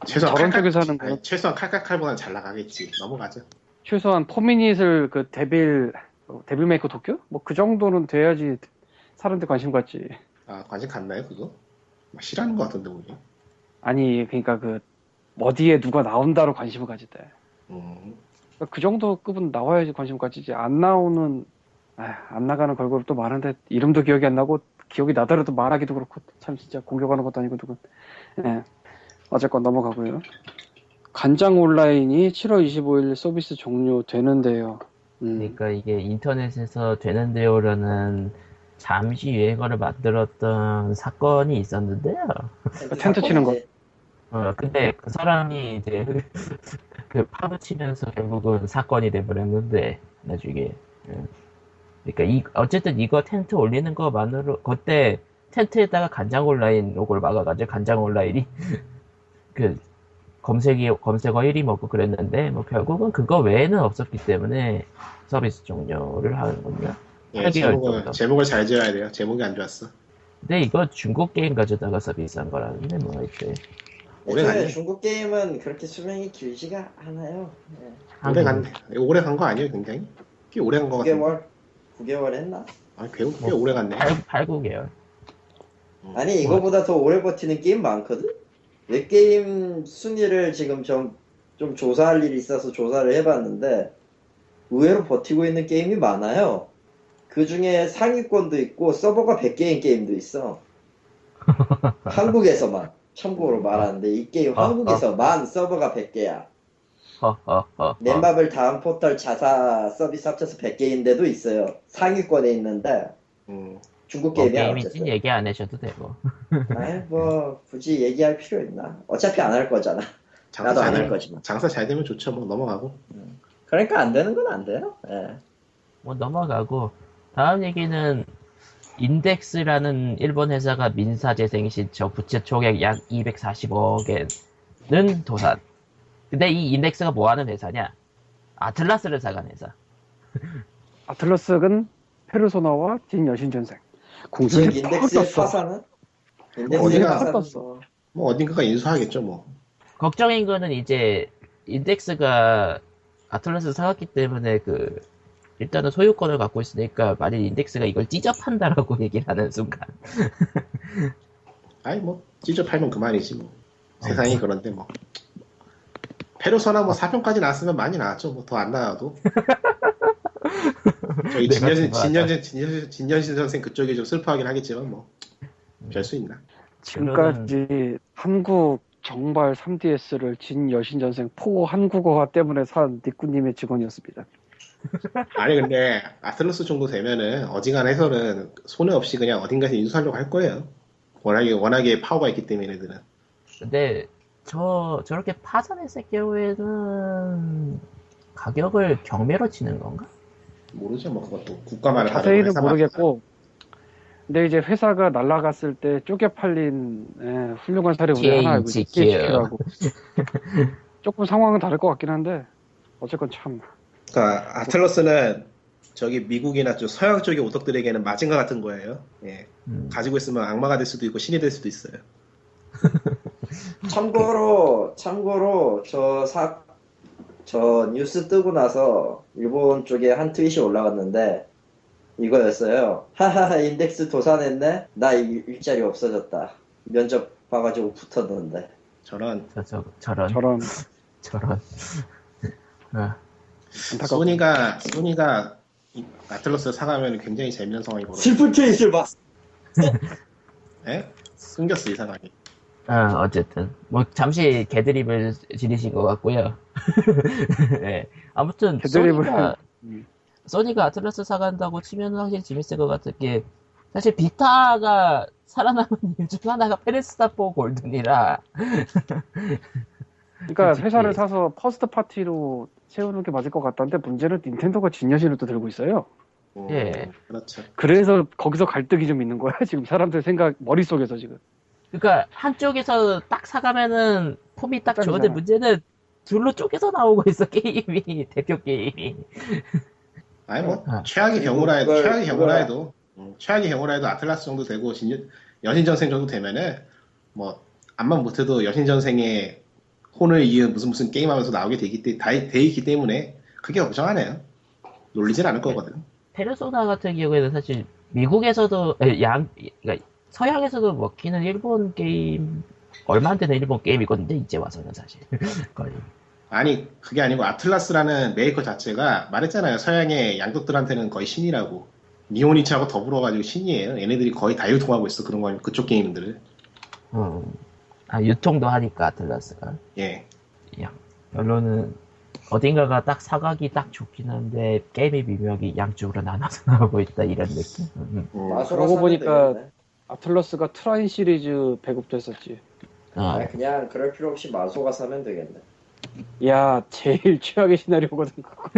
Speaker 3: 최소한
Speaker 4: 저런
Speaker 3: 칼칼-
Speaker 4: 쪽에서 하는 거
Speaker 3: 아니, 최소한 칼칼칼보다는 잘 나가겠지. 넘어가죠.
Speaker 4: 최소한 포미닛을 그 데빌 어, 데빌 메이커 도쿄? 뭐 그 정도는 돼야지 사람들 관심 갖지
Speaker 3: 아 관심 갔나요 그거? 막 싫어하는 것 같은데 오히려.
Speaker 4: 아니 그러니까 그 어디에 누가 나온다로 관심을 가지대
Speaker 3: 음.
Speaker 4: 그러니까 그 정도 급은 나와야지 관심 가지지 안 나오는 아휴, 안 나가는 걸그룹도 많은데 이름도 기억이 안 나고 기억이 나더라도 말하기도 그렇고 참 진짜 공격하는 것도 아니고 누군 예 어쨌건 넘어가고요 간장 온라인이 7월 25일 서비스 종료되는데요 음,
Speaker 2: 그러니까 이게 인터넷에서 되는데요라는 잠시 유행어를 만들었던 사건이 있었는데요.
Speaker 4: *laughs* 텐트 치는 거.
Speaker 2: 어, 근데 그 사람이 이제 *laughs* 그 파묻히면서 결국은 사건이 돼버렸는데 나중에. 예. 그러니까 이 어쨌든 이거 텐트 올리는 거만으로 그때 텐트에다가 간장 온라인 로고를 막아가지고 간장 온라인이 *laughs* 그 검색이 검색어 1위 먹고 그랬는데 뭐 결국은 그거 외에는 없었기 때문에 서비스 종료를 하는군요.
Speaker 3: 예,
Speaker 2: 팔개월
Speaker 3: 제목을
Speaker 2: 정도.
Speaker 3: 제목을 잘 지어야 돼요. 제목이 안 좋았어.
Speaker 2: 근데 이거 중국 게임 가져다가 서비스한 거라는데 뭐 이제
Speaker 3: 오래
Speaker 1: 예전에
Speaker 3: 갔네.
Speaker 1: 그 중국 게임은 그렇게 수명이 길지가 않아요. 예.
Speaker 2: 네.
Speaker 3: 오래 간 오래 간 거 아니에요 굉장히? 꽤 오래
Speaker 2: 어,
Speaker 3: 간 거 같은데.
Speaker 1: 9개월? 9개월 했나?
Speaker 3: 아, 꽤, 꽤
Speaker 2: 뭐.
Speaker 3: 오래 갔네.
Speaker 2: 8, 9개월. 어,
Speaker 1: 아니 이거보다 더 오래 버티는 게임 많거든? 웹 게임 순위를 지금 좀, 좀 조사할 일이 있어서 조사를 해봤는데 의외로 버티고 있는 게임이 많아요. 그 중에
Speaker 2: *laughs*
Speaker 1: 상위권도 있고 서버가 100개인 게임도 있어. 한국에서만. 참고로 말하는데 이 게임
Speaker 2: 아,
Speaker 1: 한국에서 만 서버가 100개야.
Speaker 2: 허허허.
Speaker 1: 넷마블 다음 포털 자사 서비스 합쳐서 100개인데도 있어요. 상위권에 있는데
Speaker 3: 음.
Speaker 1: 중국
Speaker 2: 뭐
Speaker 1: 게임이야
Speaker 2: 게임인지는
Speaker 1: 어쨌든.
Speaker 2: 얘기 안 해줘도 되고.
Speaker 1: 아이 뭐 굳이 얘기할 필요 있나? 어차피 안 할 거잖아.
Speaker 3: 장사
Speaker 1: 나도
Speaker 3: 잘
Speaker 1: 안 할
Speaker 3: 되면
Speaker 1: 거지만.
Speaker 3: 장사 잘 되면 좋죠. 뭐 넘어가고.
Speaker 1: 그러니까 안 되는 건 안 돼요. 예.
Speaker 2: 뭐 넘어가고 다음 얘기는 인덱스라는 일본 회사가 민사 재생 신청 부채 총액 약 245억에는 도산. 근데 이 인덱스가 뭐 하는 회사냐? 아틀라스를 사간 회사.
Speaker 4: 아틀러스는 페르소나와 진 여신 전생. 공중에
Speaker 1: 지금
Speaker 4: 팍
Speaker 1: 인덱스의
Speaker 4: 떴어.
Speaker 1: 파산은? 인덱스의
Speaker 3: 어디가-
Speaker 1: 파산은
Speaker 4: 떴어.
Speaker 1: 뭐
Speaker 3: 뭐 어딘가가 인수하겠죠. 뭐.
Speaker 2: 걱정인 거는 이제 인덱스가 아틀라스 사갔기 때문에 그 일단은 소유권을 갖고 있으니까 만약 인덱스가 이걸 찢어 판다라고 *laughs* 얘기를 하는 순간
Speaker 3: 아이 뭐 찢어 팔면 그만이지 뭐.
Speaker 2: 아,
Speaker 3: 세상이 그런데 뭐. 페르소나 뭐 4편까지 나왔으면 많이 나왔죠. 뭐 더
Speaker 2: *laughs*
Speaker 3: 안 나와도. 저희
Speaker 2: 내가
Speaker 3: 진여신
Speaker 2: 좋아하다.
Speaker 3: 진여신 진여신 진여신 선생 그쪽이 좀 슬퍼하긴 하겠지만 뭐. 별 수 있나.
Speaker 4: 지금까지 한국 정발 3DS를 진 여신 전생 포 한국어화 때문에 산 니꾸님의 직원이었습니다.
Speaker 3: 아니 근데 아틀러스 정도 되면은 어지간해서는 손해 없이 그냥 어딘가에서 인수하려고 할 거예요. 워낙에 워낙에 파워가 있기 때문에 얘들은
Speaker 2: 근데 저 저렇게 파산했을 경우에는 가격을 경매로 치는 건가?
Speaker 3: 모르죠 뭐 그것도
Speaker 1: 네,
Speaker 3: 국가만
Speaker 4: 자세히는 모르겠고, 근데 이제 회사가 날라갔을 때 쪼개 팔린 예, 훌륭한 사례 우리 하나 알고 있지.
Speaker 2: THQ.
Speaker 4: THQ. 조금 상황은 다를 것 같긴 한데 어쨌건 참
Speaker 3: 그러니까 아틀러스는 저기 미국이나 저 서양 쪽의 오덕들에게는 마징가 같은 거예요. 예.
Speaker 2: 음.
Speaker 3: 가지고 있으면 악마가 될 수도 있고 신이 될 수도 있어요.
Speaker 1: 참고로 참고로 저사저 뉴스 뜨고 나서 일본 쪽에 한 트윗이 올라갔는데 이거였어요. 하하하 인덱스 도산했네. 나 일- 일자리 없어졌다. 면접 봐가지고 붙었는데.
Speaker 3: 저런
Speaker 2: 저, 저 저런
Speaker 4: 저런
Speaker 2: 저런 *laughs* 아,
Speaker 4: 안타깝고
Speaker 3: 소니가 소니가 이 아틀러스 사가면 굉장히 재미있는 상황이 벌어.
Speaker 1: 슬픈 트윗을 봤어.
Speaker 3: 예? 숨겼어 이 상황이.
Speaker 2: 아, 어쨌든 뭐 잠시 개드립을 지르신 것 같고요. *laughs* 네. 아무튼
Speaker 4: 개드립을-
Speaker 2: 소니가
Speaker 4: *laughs* 음.
Speaker 2: 소니가 아틀라스 사간다고 치면 확실히 재밌을 것 같은 게 사실 비타가 살아남은 이유 중 하나가 페레스타포 골든이라
Speaker 4: 그러니까
Speaker 2: 솔직히.
Speaker 4: 회사를 사서 퍼스트 파티로 세우는 게 맞을 것 같다는데 문제는 닌텐도가 진여신을 또 들고 있어요.
Speaker 3: 음,
Speaker 2: 예.
Speaker 3: 그렇죠.
Speaker 4: 그래서 거기서 갈등이 좀 있는 거야 *laughs* 지금 사람들 생각 머릿속에서 지금
Speaker 2: 그러니까 한쪽에서 딱 사가면은 폼이 딱 좋은데
Speaker 4: 짱이잖아.
Speaker 2: 문제는 둘로 쪼개서 나오고 있어 *laughs* 게임이 대표 게임이
Speaker 3: 아니 뭐
Speaker 2: 아.
Speaker 3: 최악의 경우라 해도
Speaker 1: 그걸-
Speaker 3: 최악의 경우라
Speaker 1: 그걸-
Speaker 3: 해도 음, 최악의 경우라 해도 아틀라스 정도 되고 진, 여신전생 정도 되면은 뭐 암만 못해도 여신전생의 혼을 이은 무슨 무슨 게임하면서 나오게 되기 때, 다, 돼 있기 때문에 그게 걱정하네요. 놀리진 않을 거거든.
Speaker 2: 페르소나 같은 경우에는 사실 미국에서도 아니, 양 그러니까 서양에서도 먹히는 일본 게임 얼마 안 되는 일본 게임이거든요 이제 와서는 사실 *laughs* 거의
Speaker 3: 아니 그게 아니고 아틀라스라는 메이커 자체가 말했잖아요. 서양의 양극들한테는 거의 신이라고. 니오니치하고 더불어가지고 신이에요. 얘네들이 거의 다 유통하고 있어 그런 거 그쪽 게임들을.
Speaker 2: 음. 아, 유통도 하니까 아틀라스가
Speaker 3: 예.
Speaker 2: 결론은 어딘가가 딱 사각이 딱 좋긴 한데 게임이 미묘하게 양쪽으로 나눠서 *laughs* 나오고 있다 이런 느낌 음.
Speaker 3: 음.
Speaker 1: 마술사는
Speaker 4: 보니까-
Speaker 1: 되겠네.
Speaker 4: 아틀러스가 트라인 시리즈 배급됐었지.
Speaker 2: 아,
Speaker 1: 아, 그냥 그럴 필요 없이 마소가 사면 되겠네.
Speaker 4: 야 제일 *laughs* 최악의 시나리오거든. *laughs* 그거.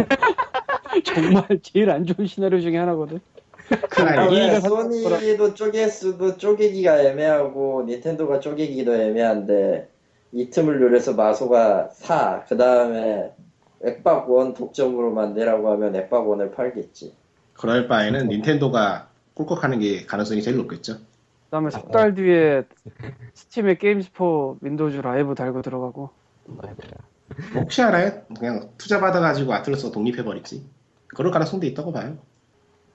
Speaker 4: 정말 제일 안 좋은 시나리오 중에 하나거든.
Speaker 3: 아니,
Speaker 4: 이
Speaker 1: 그다음에
Speaker 4: 얘기가
Speaker 1: 소니도 쪼갤 수도 쪼개기가 애매하고 닌텐도가 쪼개기도 애매한데 이 틈을 노려서 마소가 사. 그 다음에 액박원 독점으로만 내라고 하면 액박원을 팔겠지.
Speaker 3: 그럴 바에는 닌텐도가 꿀꺽하는 게 가능성이 제일 높겠죠.
Speaker 4: 그다음에 석 달 뒤에 스팀에 게임스포 윈도우즈 라이브 달고 들어가고
Speaker 2: 아이고야.
Speaker 3: 뭐 혹시 알아요? 그냥 투자 받아가지고 아틀러스가 독립해버리지. 그럴 가능성도 있다고 봐요.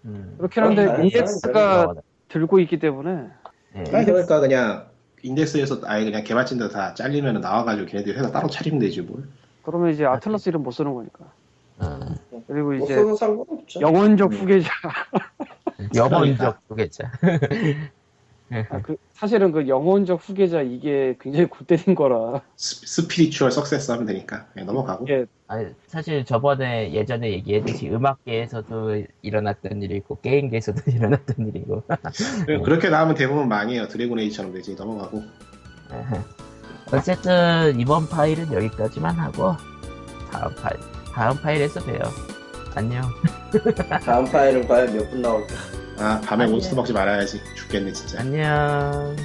Speaker 2: 음.
Speaker 4: 그렇긴 한데
Speaker 1: 그런
Speaker 4: EX가 들고 있기 때문에
Speaker 2: 네.
Speaker 3: 아니, 그러니까 그냥 인덱스에서 아예 그냥 개발진들 다 잘리면 나와가지고 걔네들 회사 따로 차리면 되지 뭘.
Speaker 4: 그러면 이제 아틀러스 이름 못 쓰는 거니까.
Speaker 2: 음.
Speaker 4: 그리고
Speaker 1: 못
Speaker 4: 이제
Speaker 1: 써도 상관없죠.
Speaker 4: 영원적 후계자
Speaker 2: 영원적 후계자
Speaker 4: 아, 그, 사실은 그 영혼적 후계자 이게 굉장히 굿대인 거라.
Speaker 3: 스- 스피리추얼 석세스 하면 되니까 예, 넘어가고
Speaker 4: 예.
Speaker 2: 아니, 사실 저번에 예전에 얘기했듯이 음악계에서도 일어났던 일이고 게임계에서도 *laughs* 일어났던 일이고
Speaker 3: 그래, 그렇게 나오면 대부분 망해요 드래곤 에이처럼 되지 넘어가고
Speaker 2: 어쨌든 이번 파일은 여기까지만 하고 다음 파일 다음 파일에서 봬요 안녕
Speaker 1: 다음 파일은 과연 몇 분 나올까?
Speaker 3: 아 밤에
Speaker 2: 아니에요.
Speaker 3: 몬스터 먹지 말아야지 죽겠네 진짜
Speaker 2: 안녕